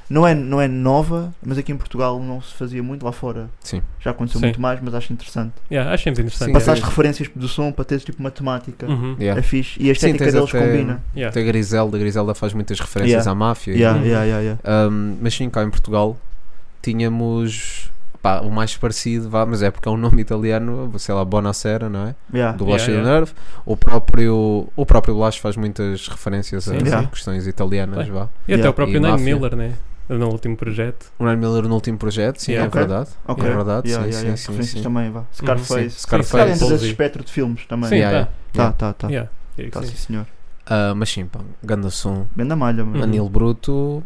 Não é, não é nova, mas aqui em Portugal não se fazia muito, lá fora Sim. já aconteceu Sim. muito mais, mas acho interessante. Yeah, acho sempre interessante. Sim, Passaste é. referências do som para teres tipo uma temática. Uhum. Yeah. É fixe. E a Sim, estética tens deles até- combina. Yeah. Até a Griselda, a Griselda faz muitas referências Yeah. à máfia. e Yeah, Uhum. yeah, yeah, yeah. Um, mas sim, cá em Portugal tínhamos pá, o mais parecido, vá, mas é porque é um nome italiano, sei lá, Bonacera, não é? Yeah. Do Blasio yeah. Nerve. O próprio, o próprio Blas faz muitas referências a Sim, a sim. questões italianas, Bem. vá. E até Yeah. o próprio E Nine máfia. Miller, né? No último projeto. O Ryan Miller no último projeto, sim, Yeah. é Ok. verdade. Ok. É Yeah, verdade, sim, yeah, sim, yeah. sim, Referências sim. também, vá. Scarface. sim. Sim, Scarface. Está dentro desse Uhum, Sim. espectro de filmes também. Sim, Yeah, Tá, tá, tá. Yeah. diria que Tá, sim. sim, senhor. Ah, mas sim, pá, ganda som. Bem da malha, mano. Uhum. Anil Bruto,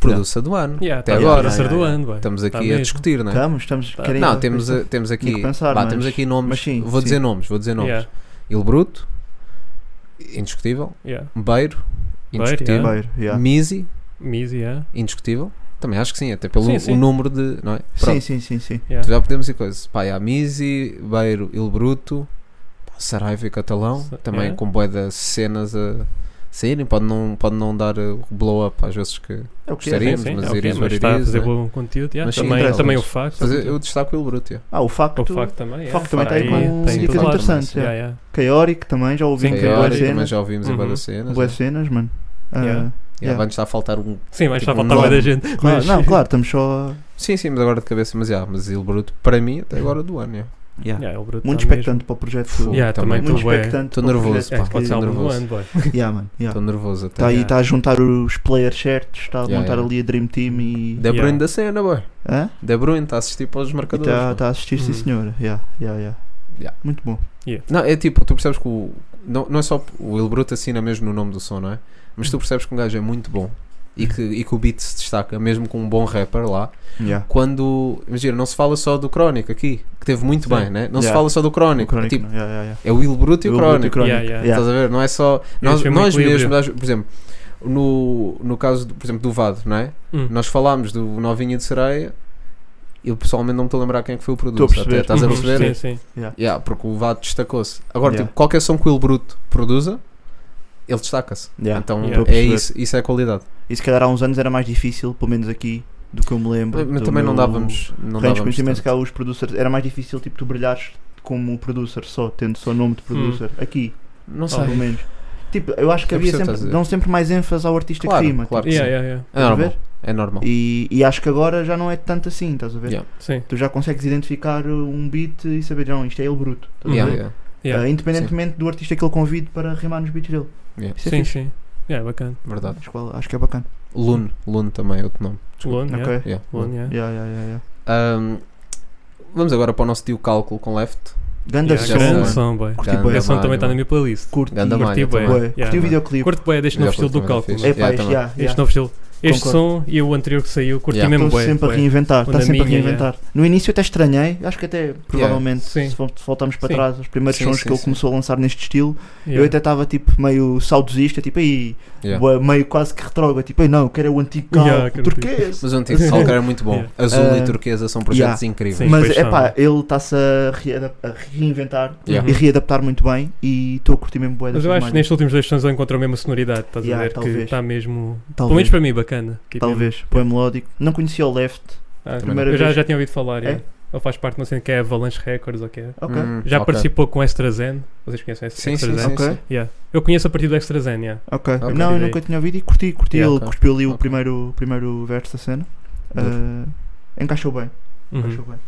produça do ano. Yeah, Até tá agora. a ser do Yeah, ano, bué. Estamos Tá aqui a mesmo. discutir, não é? Estamos, estamos. Tá. querem- Não, temos, a- temos aqui. Tinha que pensar, pá, mas- temos aqui nomes. mas sim, vou sim. dizer nomes, vou dizer nomes. Yeah, Il Bruto, indiscutível. yeah. Beiro, indiscutível. yeah. Primeiro, yeah. Misi, Miz, yeah. indiscutível. Também acho que sim, até pelo Sim, sim. O número de. Não é? Sim, Pronto, sim, sim, sim. yeah. já podemos ir coisas. Pá, há Misi, Beiro, Il Bruto, pá, Saraiva e Catalão. Sa- Também yeah. com boé de cenas a saírem. Pode não, pode não dar uh, o blow-up às vezes que. É o que é. Gostaria. Gostaríamos, Sim, sim, mas é o que é, iris, mas está a variris, fazer né? bom conteúdo. yeah. Mas sim, Também, interessa. também o facto. Mas eu, eu destaco o Il Bruto, yeah. Ah, o facto. O facto também. o yeah. facto também Fora tem com tem dicas tudo lá. interessantes. é. Yeah, yeah. Chaotic também, já ouvi Sim, que é Chaotic boas Teórico, também cenas. já ouvimos em Uhum. boé das cenas. Boas né? cenas, mano. Ah, Yeah. Yeah, yeah. Vai-nos estar a faltar um. Sim, mas está Tipo, a um faltar mais da nome. gente. Claro, mas- Não, claro, estamos só. Sim, sim, mas agora de cabeça, mas já, mas Il Bruto, para mim, até agora do ano, yeah. Yeah. Yeah, o Bruto Muito tá mesmo. expectante para o projeto. Fogo. Yeah, também Muito estou bem. para Tô o nervoso, projeto pá, É, que- pode ser Tô álbum do nervoso. ano, boy. Yeah, mano. yeah. Estou nervoso até. Está Tá. aí, Yeah. está a juntar os players certos, está a Yeah, montar yeah. ali a Dream Team e. De Bruyne Yeah. da cena, boy. Hã? De Bruyne está a assistir para os marcadores. Está boy. tá a assistir, sim Hum. senhora. Yeah, yeah, yeah. Uhum. Yeah. Muito bom. Não, é tipo, tu percebes que o. Não, não é só. O Il Bruto assina mesmo no nome do som, não é? Mas tu percebes que um gajo é muito bom e que, e que o beat se destaca, mesmo com um bom rapper lá. Yeah. Quando. Imagina, não se fala só do Crónico aqui, que teve muito Sim. bem, né? Não se Yeah. fala só do O Crónico. Crónico, tipo, não, yeah, yeah, yeah. é o Il Bruto e o O Bruto e Crónico. o Crónico. Yeah, yeah. Yeah. Estás a ver? Não é só. Nós, achei um nós equilíbrio. mesmos, às- por exemplo, no, no caso, do- por exemplo, do Vado, não é? Hum. Nós falámos do Novinha de Sereia. Eu pessoalmente não me estou a lembrar quem é que foi o produto. Estou a perceber. Estás a Uhum, perceber? Sim, sim. Yeah, porque o Vado destacou-se. Agora, Yeah. tipo, qualquer som que o Il Bruto produza, ele destaca-se. Yeah. Então Yeah. Estou a é perceber. isso, isso é qualidade. E se calhar há uns anos era mais difícil, pelo menos aqui, do que eu me lembro. Mas do também não meu dávamos. range Não de dávamos conhecimento, se tanto. calhar os producers. Era mais difícil, tipo, tu brilhares como um producer só, tendo só Hum. nome de producer. Aqui, não sei. pelo menos. Tipo, eu acho que Eu havia percebo o que estás a sempre. dizer. Dão sempre mais ênfase ao artista É Claro, que rima. claro tipo, que Yeah, yeah, sim. yeah. É estás a normal. ver? É normal. E, e acho que agora já não é tanto assim, estás a ver? Yeah. Sim. Tu já consegues identificar um beat e saber, não, isto é ele bruto. estás a Yeah, ver? yeah. Yeah. Ah, independentemente do artista que ele convide para rimar nos beats dele. Yeah. Isso é Sim, fixe. sim. Yeah, bacana. Verdade. Acho, que- acho que é bacana. Lune. Lune também é outro nome. Lone, yeah. Ok. Yeah, Lune. Lone, yeah. Yeah, yeah, yeah, yeah. Ahm, vamos agora para o nosso tio cálculo com left. é um Ganda Yeah, versão, grande mano. grande som, boy. Curti Ganda bué. Esse som malha, também está na mano. minha playlist. Curti, Ganda curti, malha bué. também. bué. Yeah, Curti o mano. videoclipe. Curto bem deste novo Já estilo do também cálculo. fixe. mano. É pá, Yeah, este, também. yeah, Este yeah. novo estilo. Este Concordo. som e o anterior que saiu, curti Yeah. mesmo Estão bué. sempre a bué. reinventar, Onda está sempre a minha, reinventar. No início até estranhei, acho que até provavelmente, Sim. se vol- se voltarmos para Sim. trás, os primeiros Sim, sons sim, que ele sim. começou a lançar neste estilo, eu Yeah. até estava tipo meio saudosista, tipo aí, Yeah. bué, meio quase que retrógrado, tipo aí não, eu quero é o antigo carro Yeah, quero o antigo. turquês. Mas o antigo Falcão era muito bom. Yeah. Azul Ah, e turquesa são projetos incríveis. Sim, Mas pois é são. pá, ele está-se a, reada- a reinventar Yeah. e readaptar muito bem e estou a curtir mesmo bué Mas dessas eu acho que imagens. nestes últimos dois sons ele encontrou a mesma sonoridade, estás Yeah, a ver? Que talvez. está mesmo. Pelo menos Talvez, para mim, bacana. Tipo, talvez, poem melódico. Não conhecia o Left, Ah, primeira eu já, vez. já tinha ouvido falar. É? é. Ele faz parte, não sei o que é Avalanche Records ou o que é. ok. Hum, Já ok. participou com Extra Zen. Vocês conhecem Extra Sim, sim, Zen? sim. Ok. sim. Yeah. Eu conheço a partir do Extra Zen, yeah. Ok. Ok. Não, eu Ideia. nunca tinha ouvido e curti, curti. Yeah, ele ok. cuspiu ali o Ok. primeiro, primeiro verso da cena. Ah, encaixou bem, Uhum. encaixou bem.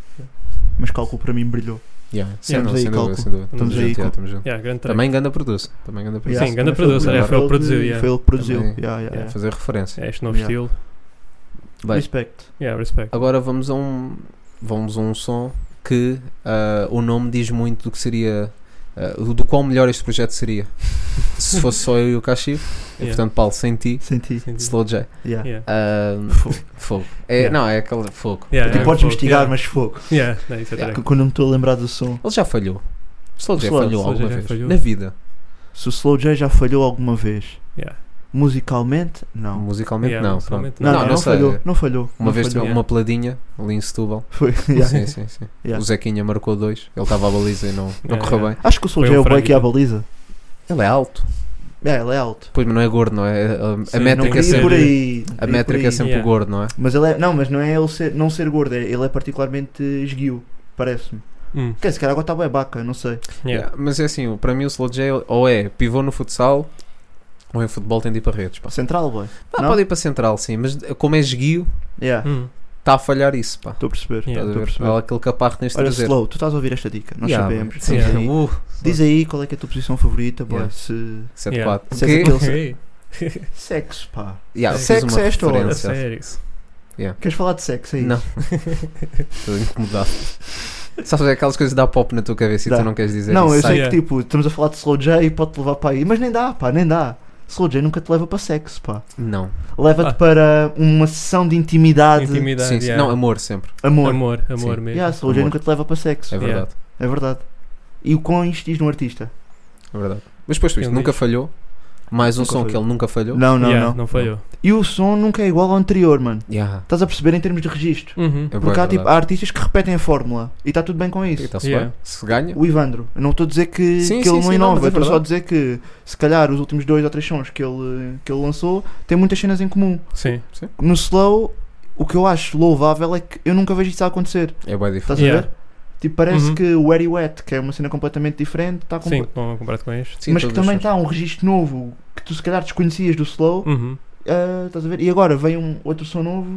Mas cálculo para mim brilhou. Yeah. Sim, Estamos não, aí, sem dúvida, Calco. sem dúvida. Estamos Tamo aí, junto, yeah, Calco. tamo junto. Yeah, grande track. Também Ganda produz. Também Ganda produz. Yeah. Sim, ganda também foi ele producer, é, foi que- ele que produziu, yeah. Foi ele que produziu. Também- yeah, yeah, yeah. Fazer referência. É este novo Yeah. estilo. Bem, Respect. Yeah, respect. agora vamos a um vamos a um som que ah, o nome diz muito do que seria ah, do quão melhor este projeto seria se fosse só eu e o Cachif e Yeah. portanto Paulo sem ti Senti. Sim, sim. Slow J Yeah. Yeah. Ah, Fogo. fogo é, Yeah. não é aquele é, fogo Tipo, Yeah, Tu yeah, Tipo, podes fogo. investigar, Yeah. mas fogo. Yeah, não, isso é Yeah. track. Que Quando eu me estou a lembrar do som, ele já falhou Slow J Slow- falhou Slow J alguma já vez falhou. na vida se o Slow J já falhou alguma vez, Yeah. musicalmente, não. musicalmente Yeah, não musicalmente pronto. Não, não, não, sei falhou, não falhou. uma não vez falhou. tivemos uma peladinha ali em Setúbal Foi, yeah. sim, sim, sim. Yeah. o Zequinha marcou dois ele estava à baliza e não, não Yeah, correu yeah. bem Acho que o Slow Foi J é um o boy que é a frango. baliza. ele é alto É, ele é alto. Pois, mas não é gordo, não é? A- A, a Sim, Não métrica é queria queria ir sempre, por aí. não a queria ir por métrica é aí. sempre Yeah. o gordo, não é? Mas ele é, não, mas não é ele ser, não ser gordo, é, ele é particularmente esguio, parece-me. Hum, Quer dizer, se calhar agora está bem baca, não sei. yeah. Yeah, Mas é assim, o- para mim o Slow J ou é pivô no futsal ou em futebol tem de ir para redes. Pá. Central, boy. Ah, Não? pode ir para central, sim, mas como é esguio, Yeah, Hum, está a falhar isso. Pá. estou a perceber. Yeah, Estás a estou a ver? perceber. Olha aquele caparro neste Olha, traseiro. Slow, tu estás a ouvir esta dica, nós Yeah, sabemos. Sim, estamos aí. uh, Diz aí qual é que é a tua posição favorita, boy. Yeah. Se... 7-4. Se Que- é? és aquele- ok. Sexo, pá. Yeah, Sexo fiz uma é esta hora. A referência. sério. Queres falar de sexo é aí? Não. Estou incomodado. Sabes, é aquelas coisas que dá pop na tua cabeça e Dá. tu não queres dizer Não, isso. eu sai. sei Yeah. que tipo, estamos a falar de Slow J e pode-te levar para aí, mas nem dá, pá, nem dá. Slow J nunca te leva para sexo, pá. Não, Leva-te Ah. para uma sessão de intimidade, Intimidade. sim, sim. yeah. não, amor sempre, amor. Amor, amor Sim. mesmo. Yeah, Slow J Amor. nunca te leva para sexo. é Yeah. verdade. É verdade. E o quão isto diz no artista? É verdade. Mas depois tu viste, Ele nunca diz. falhou. Mais um Nunca som que falhou. ele nunca falhou. Não, não, Yeah, não. Não falhou. E o som nunca é igual ao anterior, mano. Yeah. Estás a perceber em termos de registro. Uhum. É Porque bué há, tipo, verdade. há artistas que repetem a fórmula e está tudo bem com E isso. tá-se Yeah. bem. Se ganha, O Ivandro, eu não estou a dizer que, Sim, que ele sim, não sim, não, inova, mas é estou só a verdade. dizer que se calhar os últimos dois ou três sons que ele, que ele lançou têm muitas cenas em comum. Sim. No slow, o que eu acho louvável é que eu nunca vejo isso a acontecer. é bem diferente. Estás a Yeah. ver? Tipo, parece Uhum. que o Wet Wet, que é uma cena completamente diferente, está com... Sim, com- comparado com este. Sim, mas que todos também os está um registro novo que tu se calhar desconhecias do slow, Uhum. ah, estás a ver? E agora vem um outro som novo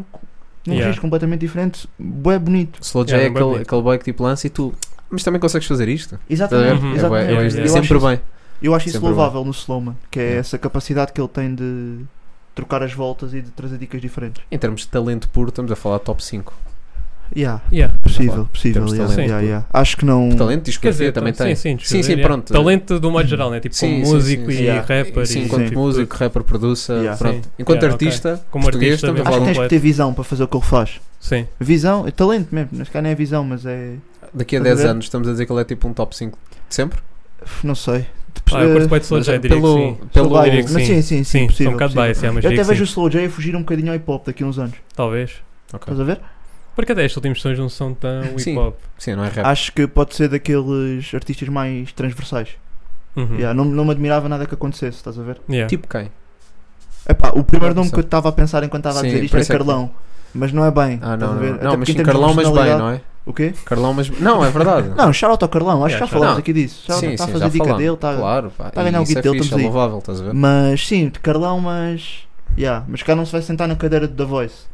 num Yeah. registro completamente diferente, é bonito. Slow Yeah, J é é bem aquele, bonito. aquele boy que tipo lança e tu. Mas também consegues fazer isto? Estás a ver? Exatamente, Uhum. É bué- exatamente. é bué- Yeah, yeah. Eu, acho sempre isso, bem. eu acho isso sempre louvável no Slowman, que é Yeah. essa capacidade que ele tem de trocar as voltas e de trazer dicas diferentes. Em termos de talento puro, estamos a falar top 5. Yeah, Yeah. possível, possível. Temos yeah, talento. yeah, yeah. Acho que não. Talento, Quer discografia dizer, também sim, tem. Sim, sim, sim, pronto. Talento do modo geral, né? Tipo, Sim, como sim, músico sim, e sim. Yeah. rapper. Sim, e, enquanto tipo, músico, rapper, producer, Yeah. pronto. Sim. Enquanto Yeah, ok. artista, Como português, artista, também mesmo. Acho que vale tens que ter visão para fazer o que ele faz. Sim. Visão, é talento mesmo. Acho que não é visão, mas é. daqui a Estás a 10 ver? anos estamos a dizer que ele é tipo um top 5 de sempre. Não sei. Ah, eu curto Eh, bué de Slow Mas, J, diria que pelo, sim. pelo, Slow diria J, que mas sim. sim, sim, sim, Sim, possível, sou um bocado possível. biased, é, mas Eu diria até que vejo o sim. Slow J a fugir um bocadinho ao hip hop daqui a uns anos. Talvez. Ok. Estás a ver? Porque até estes últimos sons não são tão Sim. hip hop. Sim, não é rap. Acho que pode ser daqueles artistas mais transversais. Hum. Uhum. Yeah, não, não me admirava nada que acontecesse, estás a ver? Yeah. Tipo quem? Epá, o primeiro nome Sim. que eu estava a pensar enquanto estava a Sim, dizer isto por era isso é que- Carlão. Mas não é bem. Ah, estás não, a não, ver? não, Até mas porque em sim, termos de Carlão, mas bem, personalidade- não é? O quê? Carlão, mas. Não, é verdade. Não, shout out ao Carlão, acho Yeah, que já shout out. falámos aqui disso. Já sim, está a sim, fazer já dica falamos. dele, está. Claro, pá. tá a ganhar o isso guito é dele, fixe, estamos é aí. louvável, estás a ver? Mas sim, de Carlão, mas. Yeah, mas cá não se vai sentar na cadeira do The Voice.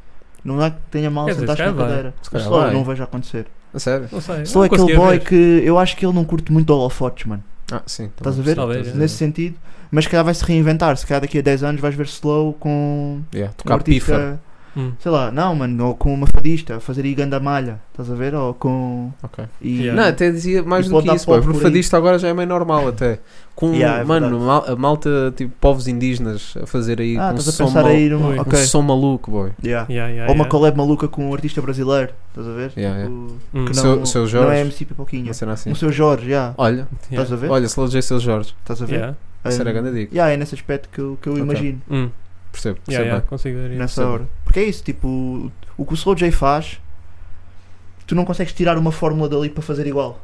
Não é que tenha mal Quer dizer, sentar-se se na calhar vai. cadeira. Se Mas calhar só vai. não vejo acontecer. A sério? Não sei. Só não aquele conseguia boy ver. que eu acho que ele não curte muito holofotes, mano. Ah, sim. também Estás a ver? percebo, Talvez, estás a Nesse ver. sentido. Mas se calhar vai se reinventar. Se calhar daqui a 10 anos vais ver Slow com Yeah, um Tocar artista. pifa. Hum. Sei lá, não, mano. Ou com uma fadista a fazer aí ganda malha. Estás a ver? Ou com. Ok. E, Yeah. Não, até dizia mais E do pode que dar isso, pô. pop por aí. Profadista agora já é meio normal, até. Com, Yeah, é mano, verdade. mal- a malta, tipo, povos indígenas a fazer aí Ah, um, estás a som pensar mal- aí num. Ui. um Ok. som maluco, boy. Yeah. Yeah, yeah, Ou uma yeah. collab maluca com um artista brasileiro. Estás a ver? Yeah, yeah. Tipo, Hum. que Seu- não, Seu não é Jorge. MC Pipoquinha. Uma cena assim. O seu Jorge, já. Olha, Yeah. Estás a ver? olha, se elogiei seu Jorge. Estás a ver? Yeah. Isso era Um, grande dica. yeah, é nesse aspecto que eu, que eu Ok. imagino. Hum. Percebo, Yeah, percebo yeah, bem. consigo ver. yeah. nessa Sim. hora. Porque é isso, tipo, o que o Slow J faz, tu não consegues tirar uma fórmula dali para fazer igual.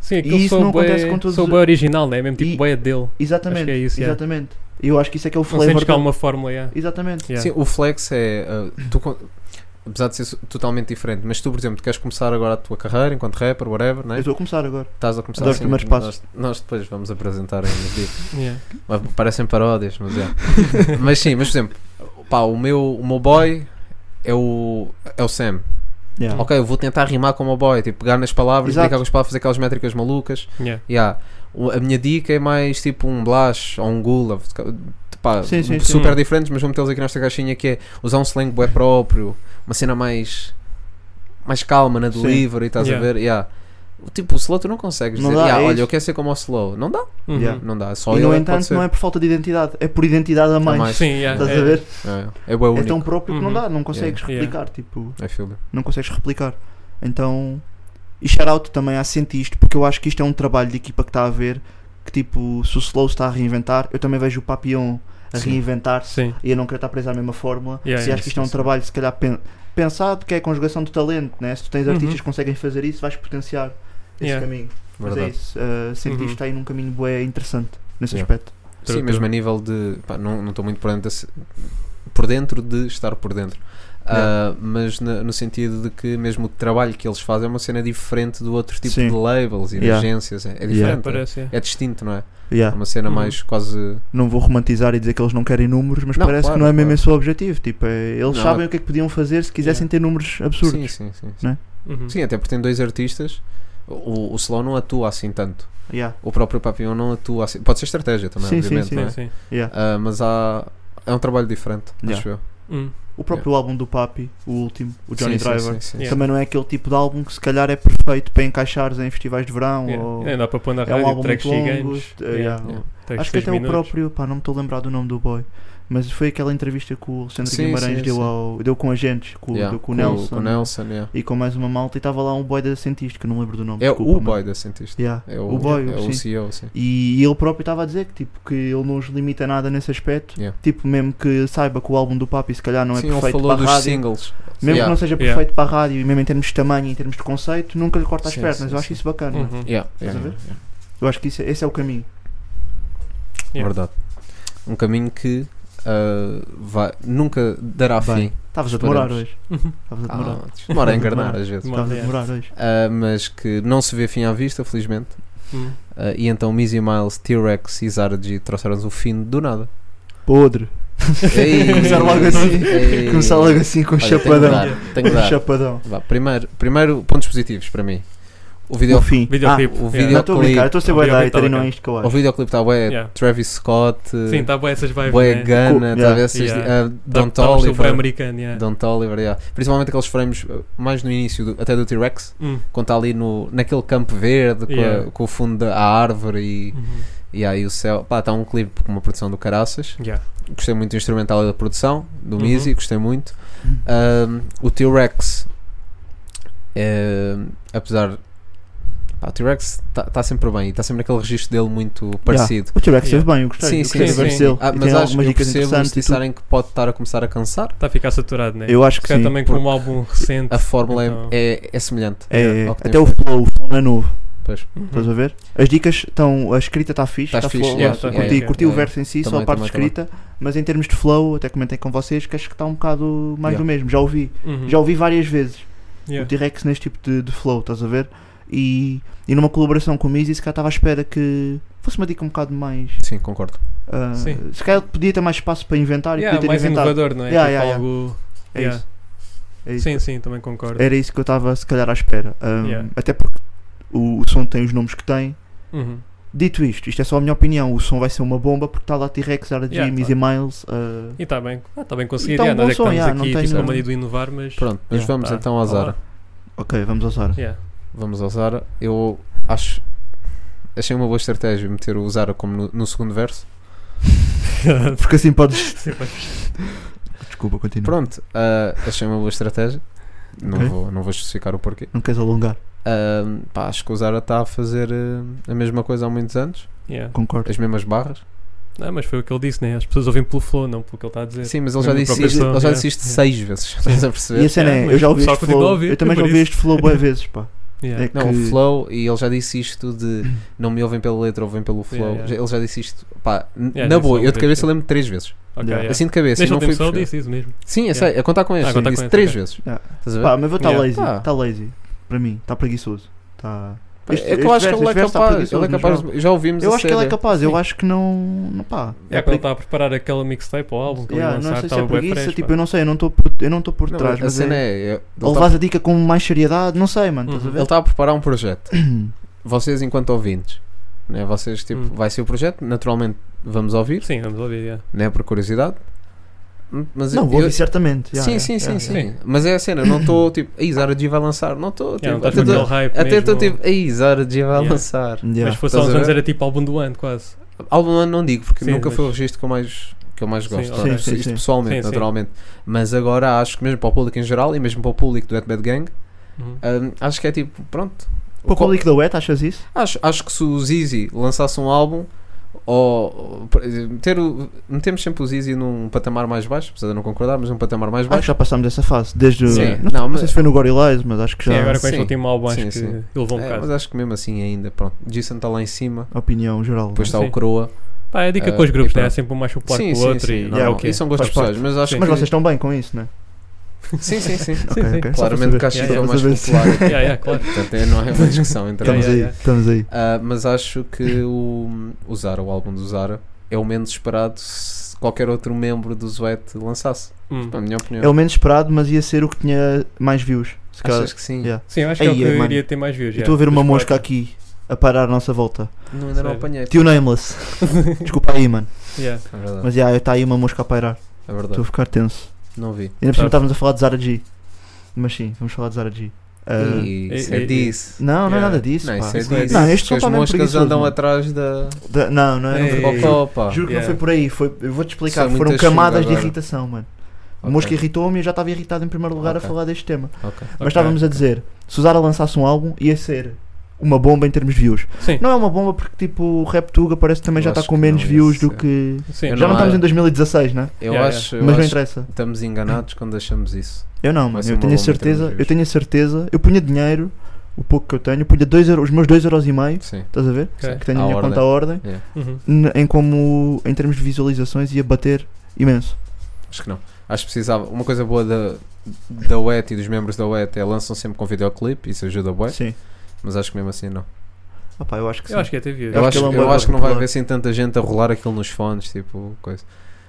Sim, aquilo isso sou não bué- acontece com todos Sou os- bem original, né? Mesmo E- tipo, bué dele. Exatamente. Acho que é isso, yeah. exatamente. E eu acho que isso é que é o Não sentes flavor. que há dele. uma fórmula, yeah. Exatamente. Yeah. Sim, o flex é. uh, tu con- apesar de ser su- totalmente diferente, mas tu, por exemplo, tu queres começar agora a tua carreira enquanto rapper, whatever, Eu né? estou a começar agora. Estás a começar Adoro os assim, primeiros nós- passos. Nós, depois vamos apresentar aí nos vídeos. Yeah. Mas Parecem paródias, mas é. mas sim, mas por exemplo, pá, o meu, o meu boy é o, é o Sam. Yeah. Ok, eu vou tentar rimar com o meu boy, tipo, pegar nas palavras, Exato. brincar com as palavras, fazer aquelas métricas malucas. Yeah. Yeah. O- A minha dica é mais tipo um Blast ou um Gula, pá, Sim, sim, sim. super diferentes, mas vamos metê-los aqui nesta caixinha que é usar um slang bué próprio, uma cena mais, mais calma na Sim. delivery, estás Yeah. a ver? Yeah. Tipo, o slow tu não consegues Não dá, dizer, "Yeah, é olha, isso." eu quero ser como o slow. Não dá, Uhum. Yeah. não dá, só e ele no é que pode entanto ser. Tá não é por falta de identidade, é por identidade a mais. mais. Sim, yeah. Estás é- a ver? É, é bué É único. tão próprio que não Uhum. dá, não consegues Yeah. replicar, tipo, É filho. não consegues replicar. Então, e shout-out também à Cientista, porque eu acho que isto é um trabalho de equipa que está a ver, que tipo, se o Slow está a reinventar, eu também vejo o Papillon a Sim. reinventar-se Sim. e eu não quero estar preso à mesma fórmula. Yeah, se yeah, acho que isto é um sim, sim. trabalho, se calhar, pen- pensado, que é a conjugação do talento, né? Se tu tens artistas que conseguem fazer isso, vais potenciar esse Uhum. Yeah. caminho. Mas é Verdade. isso, uh, cientista Uhum. está aí num caminho bué interessante nesse Yeah. aspecto. Sim, True, mesmo true. a nível de. pá, não estou muito por dentro, desse- por dentro de estar por dentro. Ah, mas na- no sentido de que mesmo o trabalho que eles fazem é uma cena diferente do outro tipo Sim. de labels e de Yeah. agências. É, é diferente. Yeah. Parece, yeah. É distinto, não é? É Yeah. uma cena Uhum. mais quase. Não vou romantizar e dizer que eles não querem números, mas Não, parece claro, que não é mesmo claro. esse o objetivo. Tipo, é- eles Não, sabem é- o que é que podiam fazer se quisessem ter números absurdos. Sim, sim, sim. Sim. Não Uhum. Sim, até porque tem dois artistas. O, o Slow não atua assim tanto. Yeah. O próprio Papillon não atua assim. Pode ser estratégia também, Sim, sim, obviamente, sim. não é? Sim, sim. Yeah. Ah, mas há. É um trabalho diferente, Yeah. acho eu. Hum. O próprio álbum do Papi, o último, o Johnny Sim, sim, Driver, sim, sim, Yeah. também não é aquele tipo de álbum que se calhar é perfeito para encaixares em festivais de verão Yeah. ou É, Dá para pôr na é um rádio álbum muito tracks longo. gigantes. eh, yeah. yeah. Tracks Acho que de seis até o minutos. próprio, pá, não me estou a lembrar do nome do boy, mas foi aquela entrevista que o Alexandre Sim, Guimarães sim, deu, sim. Ao, deu com a gente, com, Yeah, deu com o Nelson, Com o Nelson, yeah. e com mais uma malta, e estava lá um boy da Cientista, que eu não lembro do nome. É desculpa, o mano. boy da cientista. Yeah. É o, O boy, é o sim. CEO, sim. E ele próprio estava a dizer que, tipo, que ele não os limita a nada nesse aspecto. Yeah. Tipo, mesmo que saiba que o álbum do Papi se calhar não é sim, ele perfeito falou para a dos rádio, singles. mesmo que Yeah. não seja Yeah. perfeito para a rádio, e mesmo em termos de tamanho, em termos de conceito, nunca lhe corta as Sim, pernas. sim, Eu acho sim. isso bacana. Uhum. Yeah, Estás yeah, a ver? yeah, Eu acho que isso, esse é o caminho. Yeah. Verdade. Um caminho que ah, vai, nunca dará Bem, fim. Estavas a Esperemos. demorar hoje. Uhum. Estavas a demorar. Ah, demora a enganar às vezes. Estavas a Yeah. demorar hoje. Ah, mas que não se vê fim à vista, felizmente. Hum. Ah, e então Mizzy Miles, T-Rex e Zardy trouxeram-nos o fim do nada. Podre. Ei, Começar logo assim. ei. Começar logo assim com o Olha, tenho que chapadão. dar, tenho que Com o dar. chapadão. Vá, primeiro, primeiro, pontos positivos para mim. O vídeo o fim. Videoclipe. o yeah. vídeo- Ah, não estou a brincar, eu estou a ser boa Videoclipe tá da hater tava e não cá. é isto que eu o acho. videoclipe está bué Yeah. Travis Scott, eh, Sim, está boa essas vibes. bué né? Gunna, Yeah. tá a ver essas- Yeah. ah, Tá- Don tá um estilo bué Toliver. americano, yeah. Don Toliver, yeah. principalmente aqueles frames uh, mais no início, do- até do T-Rex, Hum. quando está ali no, naquele campo verde com, a- Yeah. com o fundo da árvore e, Uhum. e aí o céu. Pá, está um clipe com uma produção do caraças. Yeah. Gostei muito do instrumental e da produção, do Uhum. Mizzy, gostei muito. Um, o T-Rex, eh, apesar. pá, o T-Rex está sempre bem e está sempre aquele registro dele muito parecido. O T-Rex Yeah. esteve bem, eu gostei. Sim, eu sim, gostei sim. do verso dele. Ah, E mas tem acho algumas eu dicas percebo interessantes se e tudo. disserem que pode estar a começar a cansar. Está a ficar saturado, né? Eu acho que Se calhar sim. também com um álbum recente. A fórmula é- Então- é, é semelhante. É, é, ao que até tem o feito. flow, o flow não é novo, Pois. Uhum. estás a ver? As dicas estão, a escrita está fixe, Hum. Tá está fixe, flow, yeah, curti, tá fixe, yeah, curti o yeah. verso em si, só Também, a parte também, escrita, mas em termos de flow, até comentei com vocês que acho que está um bocado mais Yeah. do mesmo, já ouvi, Uhum. já ouvi várias vezes o Yeah. T-Rex neste tipo de, de flow, estás a ver? E, e numa colaboração com o Mizzy, se calhar estava à espera que fosse uma dica um bocado mais. Sim, concordo. ah, Sim. se calhar podia ter mais espaço para inventar e Yeah, podia ter mais inventado. inovador, não é? Yeah, Tipo yeah, yeah. algo- É Yeah. isso. É isso. Sim, sim, também concordo. Era isso que eu estava, se calhar, à espera. Ah, Yeah. Até porque o, o som tem os nomes que tem. Uhum. Dito isto, isto é só a minha opinião, o som vai ser uma bomba porque está lá T-Rex, RG, Yeah, Mizzy Miles. ah, E está bem, está bem conseguido. Então, yeah, bom nós é que som, estamos yeah, não aqui tenho- tipo, com a mania do inovar, mas. Pronto, mas Yeah, Ah, vamos tá. então à Tá lá. Zara. ok, vamos ao Zara. Yeah. Vamos ao Zara. Eu acho. Achei uma boa estratégia meter o Zara como no, no segundo verso. Porque assim podes. Sim, pois. Desculpa, continua. Pronto, ah, achei uma boa estratégia. Não, Ok. vou, não vou especificar o porquê. Não queres alongar? Ah, pá, acho que o Zara está a fazer ah, a mesma coisa há muitos anos, Yeah. Concordo. as mesmas barras. Não, mas foi o que ele disse, né? As pessoas ouvem pelo flow, não pelo que ele está a dizer. Sim, mas Mesmo ele já a disse, própria isto- som, ele já yeah. disse isto seis vezes. Estás a perceber? E a cena Yeah, é, mas eu já o ouvi pessoal este continua a flow. ouvir, é eu também já por ouvi isso. este flow boas vezes, pá. Yeah. É Não, que- o flow, e ele já disse isto de não me ouvem pela letra, ouvem pelo flow. Yeah, yeah. Ele já disse isto, pá, n- Yeah, disse na boa, alguma eu de vez, cabeça sim. lembro três vezes. Ok, yeah. Assim de cabeça, Neste não último fui só buscar. disse isso mesmo. Sim, eu Yeah. sei, a contar com este, Ah, contar disse com este, três ok. vezes. Yeah. Estás a ver? Pá, mas ele está Yeah. lazy, Pá. está lazy. Para mim, está preguiçoso. Tá... Pá, Este- Ah. é que este eu acho que verso- ele é este verso tá capaz, preguiçoso, ele é no capaz, geral. já ouvimos Eu a acho que ele é cena. capaz, eu Sim. acho que não. não pá. É, quando ele está a preparar aquela mixtape ou álbum que Yeah, ele ia não lançar, sei se é estava bem preguiça, fresh. tipo, pá. eu não sei, eu não estou eu não estou por Não, trás, a mas cena é, é, é- ele ou tá- levas a dica com mais seriedade, não sei, mano, estás a Uhum. ele ver? está a preparar um projeto. Vocês enquanto ouvintes, né? vocês tipo, Hum. vai ser o projeto, naturalmente vamos ouvir, Sim, vamos ouvir, yeah. né? por curiosidade. Hum, Mas Não, eu- vou eu- ouvir certamente. yeah, sim, yeah, sim, sim, yeah, sim, yeah. Mas é a cena, eu não estou tipo, ei, Zara G vai lançar, não estou. Yeah, não tipo, estás com até aquele tô- hype até estou mesmo. tipo, ei, Zara G vai Yeah. lançar. Mas Yeah. se fosse há Estás uns a anos ver? era tipo álbum do ano, quase. Álbum do ano não digo, porque Sim, nunca mas- foi o registro que eu mais, que eu mais Sim, gosto. ok. tá? Sim, Isto- sim, Isto sim. pessoalmente, Sim, sim. naturalmente. Mas agora acho que mesmo para o público em geral e mesmo para o público do Bad Gang, Uhum. hum, acho que é tipo, pronto. Para o Qual- público da UET, achas isso? Acho, acho que se o Zizi lançasse um álbum, ou por exemplo, meter o- metemos sempre o Zizi num patamar mais baixo, apesar de eu não concordar, mas num patamar mais Acho que baixo. já passámos essa fase, desde. Sim. Não, Não, não mas- sei se foi no Gorillaz, mas acho que já. Sim, agora com este Sim. último álbum acho Sim, que sim. ele levou um É, mas bocado. acho que mesmo assim ainda, pronto. Jason está lá em cima, a Opinião geral. depois né? está Sim. o Croa. Pá, é a dica Ah, com os e grupos, né? pronto. É sempre um mais popular que Sim, o sim, outro sim. e yeah, é o que é. E são gostos Faz parte. pessoais, mas acho Sim. que. Mas vocês estão bem com isso, né? Sim, sim, sim. Ok, sim. ok, só para Claramente saber. que acho que é Yeah, o mais yeah. popular. Yeah, yeah, claro. Portanto, é- não é uma discussão entre Estamos Yeah, nós. yeah, aí, yeah. estamos aí. Ah, mas acho que o, o Zara, o álbum do Zara, é o menos esperado se qualquer outro membro do Zuet lançasse. Hum. Na minha opinião. É o menos esperado, mas ia ser o que tinha mais views. Se calhar. Achas que sim? Yeah. Sim, eu acho que é o Aí, que mano. iria ter mais views. E yeah, estou a ver uma dos mosca quatro. aqui a parar à nossa volta. Não, ainda Sério? não apanhei. Tio Nameless. Desculpa aí, mano. Yeah. É verdade. Mas já está aí uma mosca a pairar. é verdade. Estou a ficar tenso. Não vi. Ainda por cima Tá. estávamos a falar de Zara G. Mas sim, vamos falar de Zara G. Ah, E, e- isso é e- disso. Não, não é Yeah. nada disso. pá. Não, isso é Isso não é disso. disso. Não, este que som as está bem moscas preguiçoso. andam mano. atrás da. Da- Não, não é. Ei, não foi- ei, Cocó, pá. Juro que não Yeah. foi por aí. Foi... Eu vou te explicar. Isso é Foram muita chunga camadas de agora. irritação, mano. A Ok, mosca irritou-me e eu já estava irritado em primeiro lugar Ok. a falar deste tema. ok. Mas estávamos a dizer: se o Zara lançasse um álbum, ia ser uma bomba em termos de views. Sim, Não é uma bomba porque tipo o Rap Tuga parece que também Eu já está acho com que menos não, views isso do é. que. sim. Eu Já não não estamos há- em 2016, né? Eu Yeah, acho. eu Mas não acho interessa. que Estamos enganados quando achamos isso. Eu não, Vai mano. ser Eu uma tenho a bomba em termos de certeza, eu views. tenho a certeza, eu punha dinheiro, o pouco que eu tenho, eu punha dois euros, os meus 2,5€, euros e meio, Sim. estás a ver? ok. Que tenho na À minha ordem. conta à ordem, Uhum. n- em como em termos de visualizações ia bater imenso. Acho que não. Acho que precisava. Uma coisa boa da, da UET e dos membros da UET é lançam sempre com videoclipe, isso ajuda bué, Sim. mas acho que mesmo assim não. Ah, pá, eu acho que sim. Eu acho que ia ter views. Eu, acho acho, que ele é um eu bom acho que não vai popular. haver assim tanta gente a rolar aquilo nos fones, tipo coisa.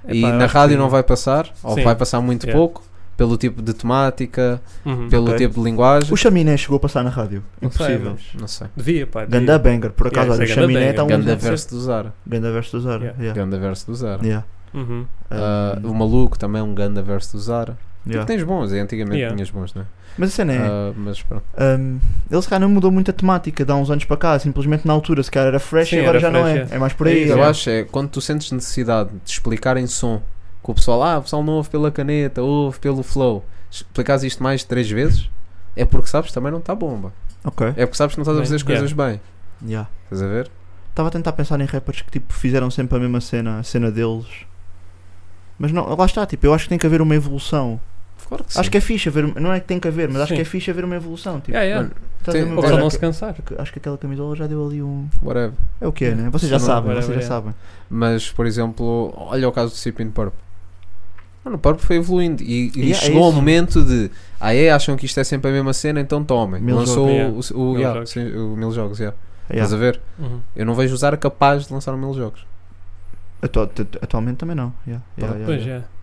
Epá, e eu na acho que- rádio não vai passar, ou Sim. vai passar muito Yeah. pouco, pelo tipo de temática, Uhum. pelo Ok. tipo de linguagem. O Chaminé chegou a passar na rádio. Não sei, Impossível. mas- Não sei. Devia, pá. devia. Ganda banger, por acaso, Yeah, olha, o isso é ganda Chaminé banger. está um Ganda dizer. verso do Zara. Ganda verso do Zara. Yeah. Yeah. Ganda verso do Zara. Yeah. Uhum. Ah, Um, o maluco também é um ganda verso do Zara. yeah. E tens bons, e antigamente Yeah. tinhas bons, né? Mas a cena é. Ah, mas pronto. Um, ele se calhar não mudou muito a temática de há uns anos para cá, simplesmente na altura, se calhar era fresh Sim, e agora era já não fresh, é. yeah. É mais por aí. Sim, Eu é. acho é quando tu sentes necessidade de explicar em som que o pessoal, ah, o pessoal não ouve pela caneta, ouve pelo flow, explicares isto mais de três vezes, é porque sabes que também não está bomba. Ok. É porque sabes que não estás a Bem, fazer as coisas bem. Yeah. Estás a ver? Estava a tentar pensar em rappers que tipo, fizeram sempre a mesma cena, a cena deles. Mas não, lá está, tipo, eu acho que tem que haver uma evolução. Claro que Acho que é fixe haver, não é que tem que haver, mas acho Sim. que é fixe haver uma evolução. Tipo, Yeah, yeah. estás a tem- ver O uma coisa tem- pessoal não que- se cansar. que- acho que aquela camisola já deu ali um. Whatever. É o que é, né? Vocês já Sim, sabem, whatever, vocês já yeah. sabem. Mas, por exemplo, olha o caso do Sipin Purple. Mano, o Purple foi evoluindo e, e Yeah, é chegou ao isso. momento de ah é, acham que isto é sempre a mesma cena, então tomem. Mil Lançou jogos, o, o, Mil yeah, jogos. sim, o Mil Jogos, yeah. Estás Yeah. a ver? Uhum. Eu não vejo usar capaz de lançar um Mil Jogos. Atu- atu- Atualmente também não. Yeah, yeah, yeah, Pois yeah. é.